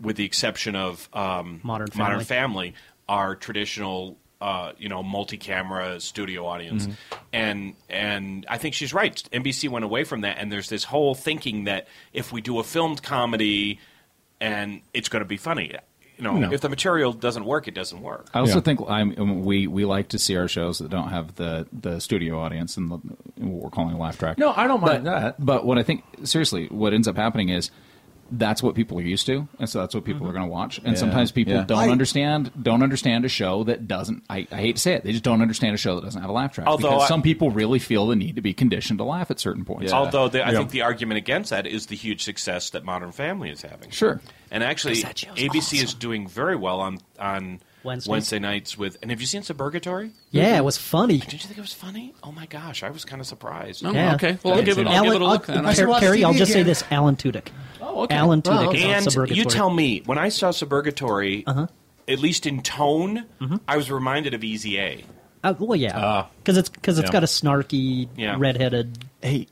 with the exception of um, Modern Family. Family, are traditional uh, you know multi-camera studio audience, Mm-hmm. and and I think she's right. NBC went away from that, and there's this whole thinking that if we do a filmed comedy, and it's going to be funny. You know, No. if the material doesn't work, it doesn't work. I also think I'm, um, we we like to see our shows that don't have the, the studio audience and the, what we're calling a laugh track. No, I don't mind but, that. But what I think seriously, what ends up happening is that's what people are used to, and so that's what people are going to watch. And Yeah, sometimes people yeah. don't I- understand don't understand a show that doesn't. I, I hate to say it, they just don't understand a show that doesn't have a laugh track. Although because I- some people really feel the need to be conditioned to laugh at certain points. Although the, I Yeah. think the argument against that is the huge success that Modern Family is having. Sure. And actually, Because that show's ABC is doing very well on on Wednesdays. Wednesday. nights with. And have you seen Suburgatory? Yeah, it was funny. Did you think it was funny? Oh my gosh, I was kind of surprised. Yeah. Alan- I'll- Carrie, I'll just say this: Alan Tudyk. Oh, Okay. Alan Tudyk is on and Suburgatory. Uh-huh. you tell me, when I saw Suburgatory, at least in tone, I was reminded of Easy A. Uh, well, Mm-hmm. yeah, because it's because Oh. it's yeah. got a snarky, Yeah. redheaded hey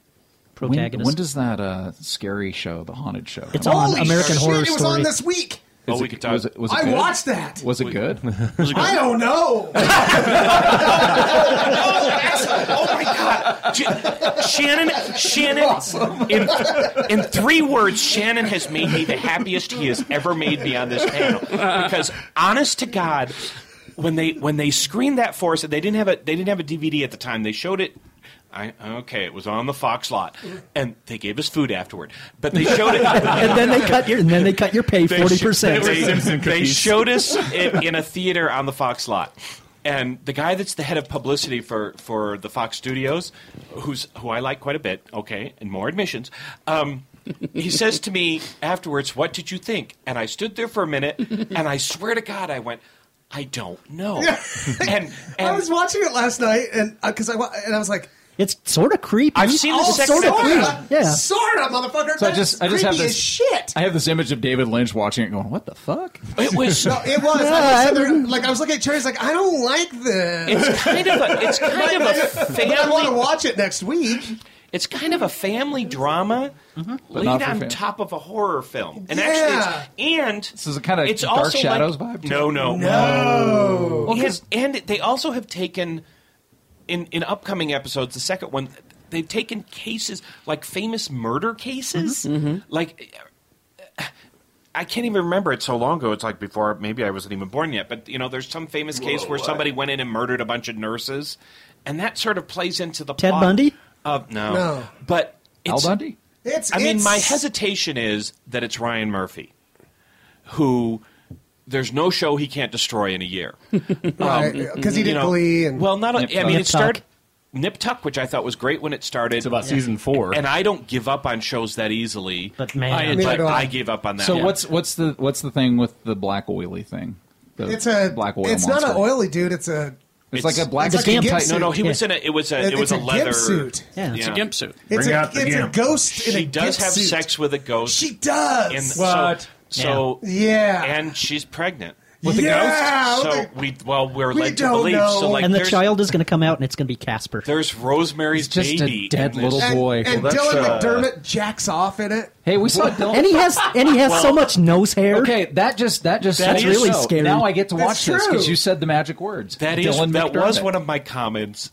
protagonist. When, when does that uh, scary show, the haunted show? It's come out? on American Horror It was on this week. Is it- Was it, was it I good? watched that. Was it good? I don't know. Oh, Shannon, Shannon, in, in three words, Shannon has made me the happiest he has ever made me on this panel. Because honest to God, when they when they screened that for us, they didn't have a they didn't have a DVD at the time. They showed it. I, okay, it was on the Fox lot, and they gave us food afterward. But they showed it, and then they cut your and then they cut your pay They forty sh- percent. They, they showed us it in a theater on the Fox lot. And the guy that's the head of publicity for, for the Fox Studios, who's who I like quite a bit, okay, and more admissions, um, he says to me afterwards, "What did you think?" And I stood there for a minute, and I swear to God, I went, "I don't know." and I was watching it last night, and because I wa- and I was like, It's sort of creepy. I've seen the oh, second sorta, episode. Yeah. sorta, motherfucker. So I That's just, I just have creepy this as shit. I have this image of David Lynch watching it, going, "What the fuck?" It was. No, Oh, it was. I was sitting there, like I was looking at Cherry's like, I don't like this. It's kind of a- it's kind But- of a but I want to family- watch it next week. It's kind of a family drama Mm-hmm. laid But not for on fam- top of a horror film, and Yeah. actually, it's, and This is a kind of it's Dark also Shadows like, vibe. No, no, no. and they also have taken in in upcoming episodes. The second one, they've taken cases like famous murder cases, Mm-hmm. like. I can't even remember it so long ago. It's like before maybe I wasn't even born yet. But you know, there's some famous case Whoa, where what? somebody went in and murdered a bunch of nurses, and that sort of plays into the Ted plot Bundy? Of no, No. but Al it's- Bundy? It's- I mean, my it's- hesitation is that it's Ryan Murphy, who there's no show he can't destroy in a year because Right, 'cause he did Glee and- Um, well, not. Nip I mean, Tuck. it started. Nip Tuck, which I thought was great when it started. It's about Yeah. season four. and I don't give up on shows that easily. But man, I, I mean, I but don't- I gave up on that. So what's what's the what's the thing with the black oily thing? The It's a. black oil. it's monster. not an oily dude. It's a. It's like a black it's like gimp gimp type- suit. No, no, he was in a. It was a. It, It's was a, a gimp leather suit. Yeah. It's a gimp suit. It's a, it's a ghost in a She does gimp have suit. sex with a ghost. She does. And What? So, so Yeah. and she's pregnant With a Yeah, So ghost? we well we're we led to don't believe. So know. like and the there's, child is going to come out, and it's going to be Casper. there's Rosemary's He's just a baby, dead in this. little And, and Dylan McDermott jacks off in it. uh, Hey, we saw What? Dylan, And he has and he has so much nose hair. Okay, that just that just That's sold the really show. scary. Now I get to That's watch this because true. you said the magic words. That is Dylan that was McDermott. one of my comments.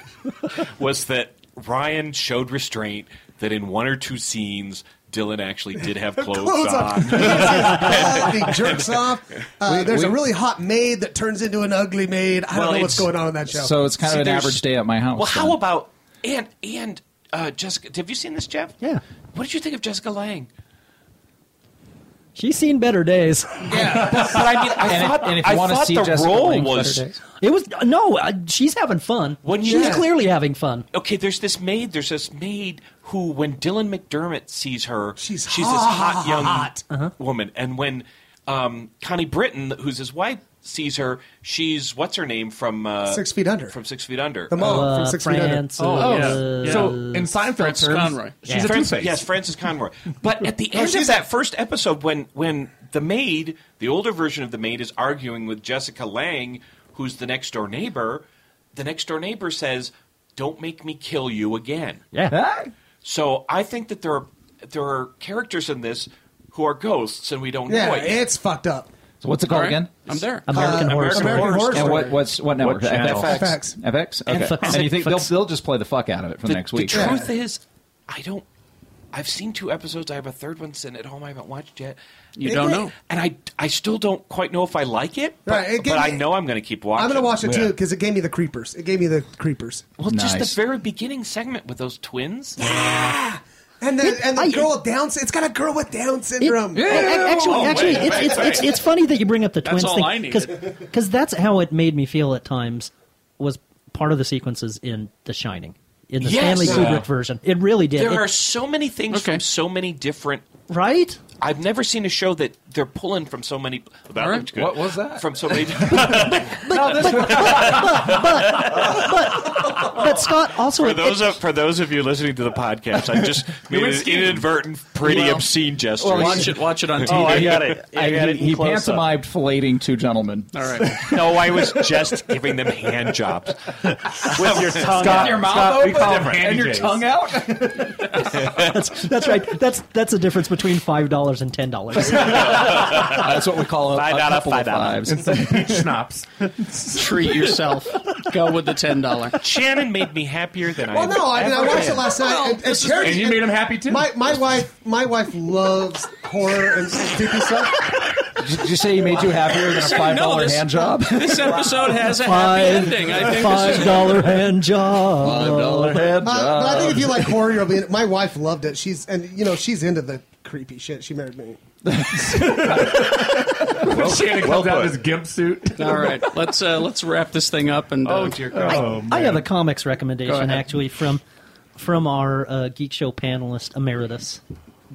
was that Ryan showed restraint that in one or two scenes Dylan actually did have clothes, Clothes on. He has his butt, he jerks off. Uh, We- there's a we- really hot maid that turns into an ugly maid. I Well, don't know what's it's- going on in that show. So it's kind See, of an there's- average day at my house. Well, then. how about and and uh, Jessica? Have you seen this, Jeff? Yeah. What did you think of Jessica Lang? She's seen better days. Yeah, but, but I mean, I And if- thought, and if I you wanna thought see the Jessica role Lange's was better days. It was no. Uh, she's having fun. she's Yeah. clearly having fun. okay. There's this maid. There's this maid who, when Dylan McDermott sees her, she's this hot. hot young Uh-huh. woman, and when um, Connie Britton, who's his wife, sees her, she's what's her name from uh, Six Feet Under. From Six Feet Under, The mom Uh, from Six Feet Under. Frances- Frances- Oh, yeah. So in Seinfeld Frances terms, Conroy. she's a Frances- two-face. Yes, Frances Conroy. But at the No, end she's of that first episode, when when the maid, the older version of the maid, is arguing with Jessica Lang, who's the next door neighbor, the next door neighbor says, "Don't make me kill you again." Yeah. So I think that there are there are characters in this who are ghosts, and we don't yeah, know it. yet. it's fucked up. So what's it called All right. again? I'm there. American, Uh, Horror, American Story. Horror Story. And what, what's what network? What channel? FX. FX. FX. Okay. FX. And you think they'll, they'll just play the fuck out of it for the, next week? truth is, I don't. I've seen two episodes. I have a third one sitting at home. I haven't watched yet. You don't know. and I I still don't quite know if I like it. But, Right, it gave but I me- know I'm going to keep watching. I'm going to watch it too because it gave me the creepers. It gave me the creepers. Well, just the very beginning segment with those twins. Yeah. and the and the I- girl with Down. It's got a girl with Down syndrome. Yeah, A- a- actually, Oh, actually, wait, it's, wait, it's, wait. it's it's funny that you bring up the That's twins all I thing needed. because that's how it made me feel at times. Was part of the sequences in The Shining in the Yes. Stanley Kubrick Yeah. version. It really did. There It- are so many things from so many different. Right? I've never seen a show that they're pulling from so many. That looked good. What was that? From so many. but Scott also for it- those it- of for those of you listening to the podcast, I just made an inadvertent, pretty obscene gesture. Oh, I got it. I got it. He pantomimed filleting two gentlemen. All right. No, I was just giving them hand jobs with your tongue. Scott, out. your mouth Scott, we open call and, them handy your days. tongue out. that's, that's right. That's that's the difference between five dollars and ten dollars. That's what we call a, Five a out of couple five of out of. fives. And some peach schnapps. Treat yourself. Go with the ten dollar. Shannon made me happier than Well, I. no, Oh, I mean, I ever watched it been. last night. and, and, Charity- and you made him happy too. My, my wife, my wife loves horror and spooky stuff. Did you say he made you happier than a So, five dollar no, this- hand job? This episode has a happy Five- ending. I think this Five is dollar hand job. Five dollar hand Uh, but I think if you like horror, you'll be. In it. My wife loved it. She's and you know she's into the creepy shit. She married me. Well, Shannon comes well out put. in his gimp suit. All right, let's uh, let's wrap this thing up and. Oh, uh, dear I have a comics Go recommendation ahead. actually from from our uh, geek show panelist emeritus.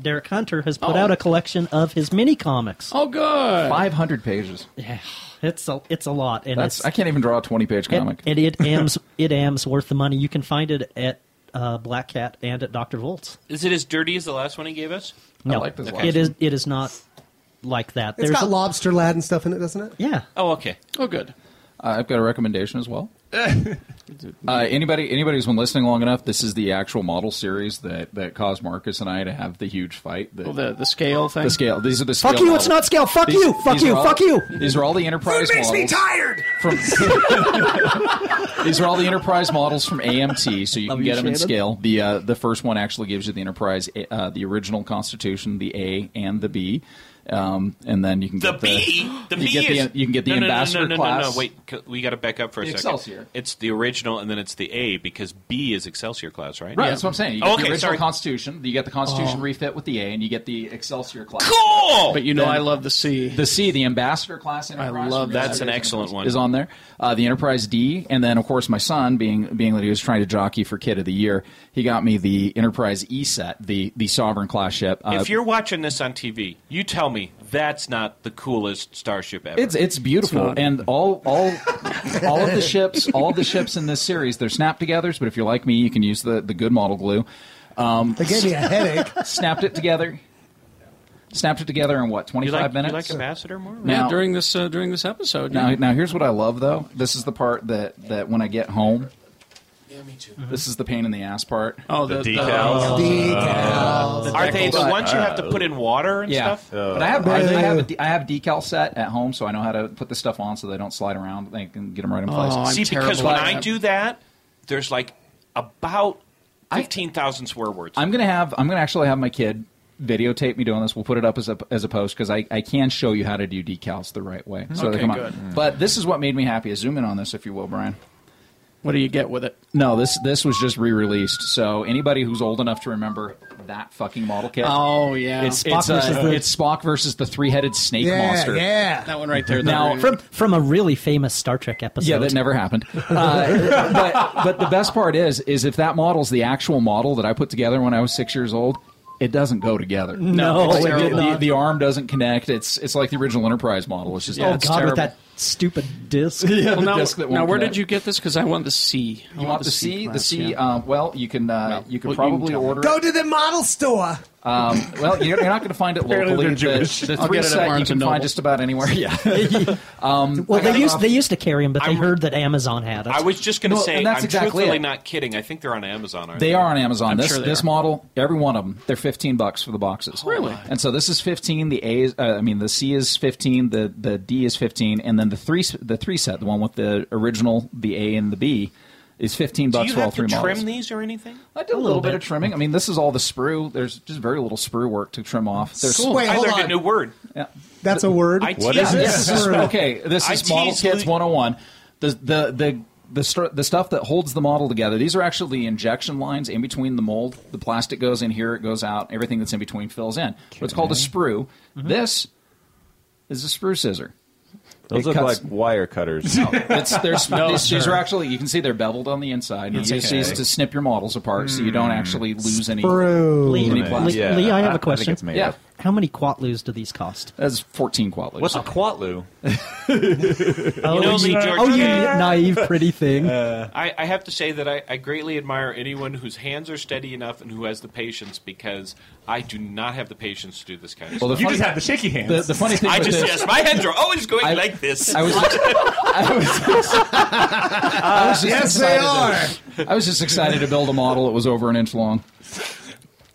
Derek Hunter has put Oh. out a collection of his mini comics. Oh, good. Five hundred pages. Yeah, it's a it's a lot, and That's it's, I can't even draw a twenty page comic. And it ams it ams worth the money. You can find it at uh, Black Cat and at Doctor Volts. Is it as dirty as the last one he gave us? No, it is it is not like that. It's There's got a, lobster lad and stuff in it, doesn't it? Yeah. Oh, okay. Oh, good. Uh, I've got a recommendation as well. Uh, anybody, anybody who's been listening long enough, this is the actual model series that, that caused Marcus and I to have the huge fight. That, Oh, the- the scale thing? The scale. These are the scale Fuck you! It's models. not scale. Fuck These- you! Fuck these you! are all- Fuck you! These are all the enterprise models. tired. From these are all the enterprise models from AMT, so you Love can you, get them in Shannon. scale. The uh, the first one actually gives you the enterprise, uh, the original Constitution, the A and the B, um, and then you can The get B. The you B get is the you can get the no, no, no, ambassador no, no, class. No, no, wait, c- we got to back up for a The second. Excelsior. It's the original, and then it's the A because B is Excelsior class, right? Right, that's what I'm saying. You get Oh, the okay, original sorry. Constitution, you get the Constitution Oh. refit with the A, and you get the Excelsior class. Cool! But you know, I love the C. The C, the Ambassador class. Enterprise love from that. your That's an series excellent Enterprise one. Is on there. Uh, the Enterprise D, and then of course my son, being being that he was trying to jockey for Kid of the Year, he got me the Enterprise E set, the the Sovereign class ship. Uh, if you're watching this on TV, you tell me that's not the coolest starship ever. It's it's beautiful, It's not. and all all all of the ships, all of the ships in this series, they're snap togethers. But if you're like me, you can use the the good model glue. Um, they gave me a headache. Snapped it together. Snapped it together in what twenty you five like, minutes? You like Ambassador more? Now- yeah, during this uh, during this episode. Now, yeah. now here's what I love though. This is the part that that when I get home. This is the pain in the ass part. Oh, the- The the- decals. Decals. Are they the ones you have to put in water and yeah. stuff? But I have, I, Boo. I have a de- I have decal set at home, so I know how to put the stuff on so they don't slide around. They can get them Oh, right in place. See, because when I do that, there's like about fifteen thousand swear words. I'm gonna have I'm gonna actually have my kid videotape me doing this. We'll put it up as a as a post because I, I can show you how to do decals the right way. So they Okay, come out. good. But this is what made me happy. Zoom in on this if you will, Brian. What do you get with it? No, this this was just re-released. So anybody who's old enough to remember that fucking model kit. Oh, yeah. it's Spock it's, uh, versus the- it's Spock versus the three-headed snake monster. That one right there. Now- that- from from a really famous Star Trek episode. Yeah, that never happened. Uh, but, but the best part is, is if that model's the actual model that I put together when I was six years old, it doesn't go together. No, It's like it's the, terrible. the- the arm doesn't connect. It's it's like the original Enterprise model. It's just oh it's god, with terrible. that stupid disc. Yeah, now, the disc that won't now where connect. did you get this? Because I want the C. I You want the C? The class, C. yeah. Um, well, you can uh, you well, you can could probably tell me. order. Go it. to the model store. Um, well, you're, you're not going to find it Apparently locally. they're The- Jewish. The, I'll three get it at set you Barnes can and find Noble. just about anywhere. Yeah. um, Well, I got they it used off- they used to carry them, but they heard that Amazon had it. I was just going to No, say, and that's I'm exactly truthfully it. not kidding. I think they're on Amazon. Aren't They are on Amazon. I'm this sure they this are. model, every one of them, they're fifteen bucks for the boxes. Really? And so this is fifteen. The A, is, uh, I mean, the C is fifteen. The the D is fifteen, and then the three the three set, the one with the original, the A and the B, is fifteen Do bucks you for all have to three trim models. these or anything? I did a little, bit. of trimming. I mean, this is all the sprue. There's just very little sprue work to trim off. There's Cool. I learned a new word. Yeah. That's a word. I tease- This is, okay, this I is Model tease Kits Lu- 101. The the the the, str- the stuff that holds the model together. These are actually the injection lines in between the mold. The plastic goes in here, it goes out. Everything that's in between fills in. It's called a sprue. Mm-hmm. This is a sprue scissor. Those It look cuts- like wire cutters. No, it's, there's, No, these, these sir. are actually you can see they're beveled on the inside. You It's use okay. these to snip your models apart, so you don't actually lose any. Sprue. Hmm. Lee, any Lee, plastic. Lee, I have a question. yeah, How many quatlus do these cost? that's fourteen quatloos. What's a quatlu? Oh, know, Lee, you, George- oh, you Yeah. naive pretty thing. Uh, I, I have to say that I, I greatly admire anyone whose hands are steady enough and who has the patience because I do not have the patience to do this kind of Well, the stuff. You funny- just have the shaky hands. the- the funny thing I with just this- yes, my hands are always going I- like this. I was- I was- I was Yes, just they excited to- I was just excited to build a model that was over an inch long.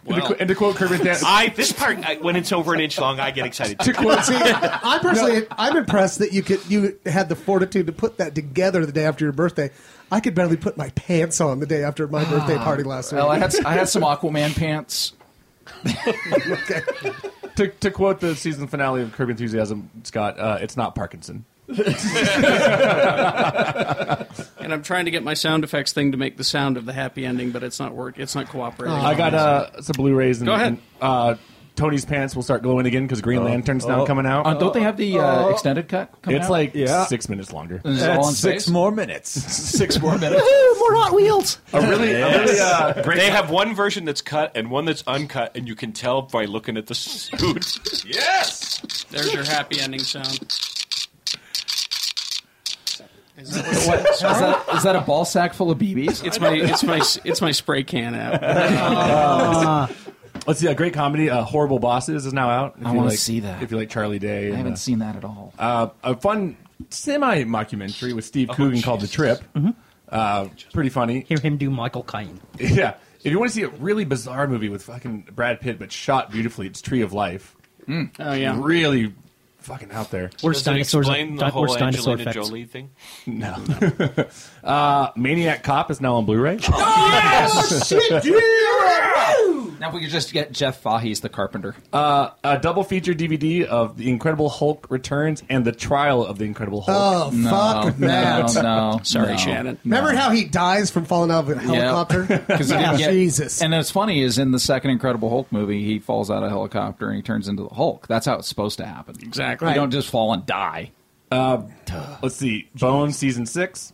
Well, And to- and to quote Kirby Dan- I this part I, when it's over an inch long, I get excited. To quote, see, I'm personally, I'm impressed that you could you had the fortitude to put that together the day after your birthday. I could barely put my pants on the day after my birthday party last week. Well, I had I had some Aquaman pants. to, to quote the season finale of Curb Enthusiasm, Scott, uh, it's not Parkinson. And I'm trying to get my sound effects thing to make the sound of the happy ending, but it's not work. It's not cooperating. I got uh, some Blu-rays. And, Go ahead. and, uh, Tony's pants will start glowing again because Green Oh. Lantern's now Oh. coming out. Uh, don't they have the, uh, Oh. extended cut coming it's out? like Yeah. six minutes longer. Is it all That's on six space? more minutes. six more Woohoo, more Hot Wheels. A really, a really uh, great. they have one version that's cut and one that's uncut, and you can tell by looking at the suit. yes, There's your happy ending sound. Is that What, is, that, is that a ball sack full of BBs? It's my it's my it's my spray can app. Let's see. A great comedy, uh, "Horrible Bosses," is now out. If I you wanna like- see that. If you like Charlie Day, I and, haven't uh, seen that at all. Uh, a fun semi mockumentary with Steve Coogan called The Trip. Uh, pretty funny. Hear him do Michael Caine. Yeah. If you want to see a really bizarre movie with fucking Brad Pitt but shot beautifully, it's Tree of Life. Oh, yeah. Really fucking out there. Does Worst it dinosaurs. explain the di- whole worst dinosaur Angelina facts. Jolie thing? No. uh, Maniac Cop is now on Blu-ray. Oh, Now if we could just get Jeff Fahey's the carpenter. Uh, a double feature DVD of The Incredible Hulk Returns and The Trial of the Incredible Hulk. Oh, No, fuck that. no, no, Sorry, no. Shannon. Remember how he dies from falling out of a helicopter? Because Yeah, Jesus. And what's funny is in the second Incredible Hulk movie, he falls out of a helicopter and he turns into the Hulk. That's how it's supposed to happen. Exactly. You don't just fall and die. Uh, let's see. Bones season six,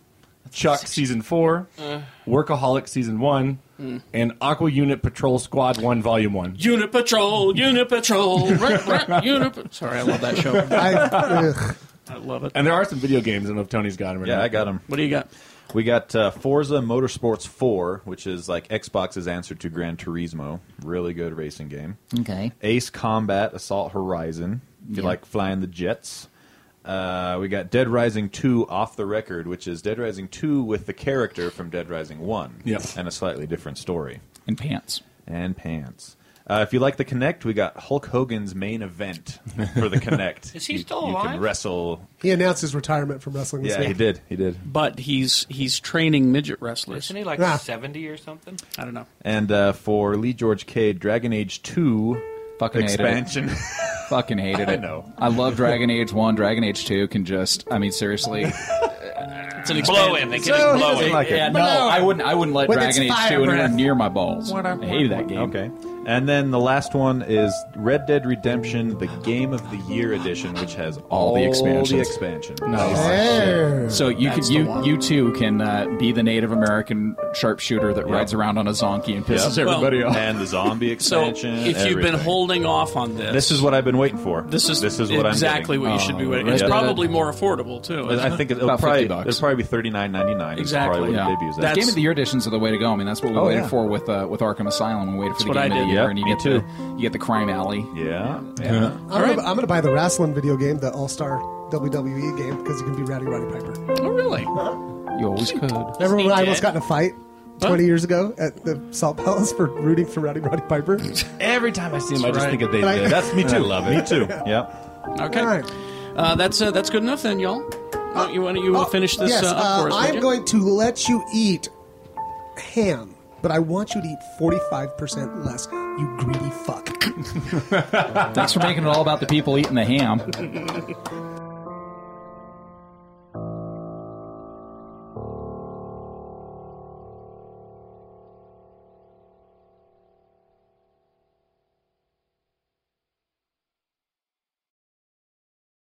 Chuck season four, Uh. Workaholic season one, Mm. and Aqua Unit Patrol Squad one volume one. Unit Patrol, Unit Patrol, rut, rut, Unit. Pa- Sorry, I love that show. I love it. And there are some video games. I don't know if Tony's got them. Or Yeah, not. I got them. What do you got? We got uh, Forza Motorsports 4, which is like Xbox's answer to Gran Turismo. Really good racing game. Okay. Ace Combat Assault Horizon. If you Yeah. like flying the jets. Uh, we got Dead Rising 2 off the record, which is Dead Rising 2 with the character from Dead Rising 1. Yep. And a slightly different story. And pants. And pants. Uh, if you like the Connect, we got Hulk Hogan's main event for the Connect. Is he You- still You alive? can wrestle. He announced his retirement from wrestling. This Yeah, week. he did. He did. But he's he's training midget wrestlers. Isn't he like seventy or something? I don't know. And uh, for Lee George Cade, Dragon Age 2 Fucking hated it. expansion. Fucking hated it. I know. I love Dragon Age 1. Dragon Age 2 can just, I mean, seriously. It's an blow in. They get a blow in. yeah, no, I wouldn't. I wouldn't let With its Dragon Age fire Two anywhere breath. near my balls. I hated that game. Okay. And then the last one is Red Dead Redemption, the Game of the Year edition, which has all, all the the expansions. expansions. Nice. Hey. So you That's can the you one. you too can uh, be the Native American sharpshooter that rides around on a zonkey and pisses Yep. everybody Well, off. and the zombie expansion. if you've been everything. holding off on this. This is what I've been waiting for. This is this is what exactly I'm what getting. you should be Oh, waiting. It's Oh, Yeah. probably more affordable too. isn't I think it? it'll probably it'll probably be thirty nine ninety nine. Exactly. Probably Yeah. what it debuts at. That's- Game of the Year editions are the way to go. I mean, that's what we Oh, waited yeah. for with uh, with Arkham Asylum. We waited That's for the what Game I of the did. Year, Yep, and you me get too. the you get the Crime Alley. Yeah, I'm, gonna, I'm gonna buy the wrestling video game, the All Star WWE game, because you can be Rowdy Roddy Piper. Oh, really? You always could. Remember when I almost got in a fight 20 years ago at the Salt Palace for rooting for Rowdy Roddy Piper? uh, Every time I see him, I That's just right. think of they. And I- did. That's me And I too. love it. Me too. Yep. Okay. Uh, that's uh, that's good enough then, y'all. Why don't you want you want to finish this yes, uh, up for us? would I'm you? going to let you eat ham, but I want you to eat 45% less, you greedy fuck. Thanks for making it all about the people eating the ham.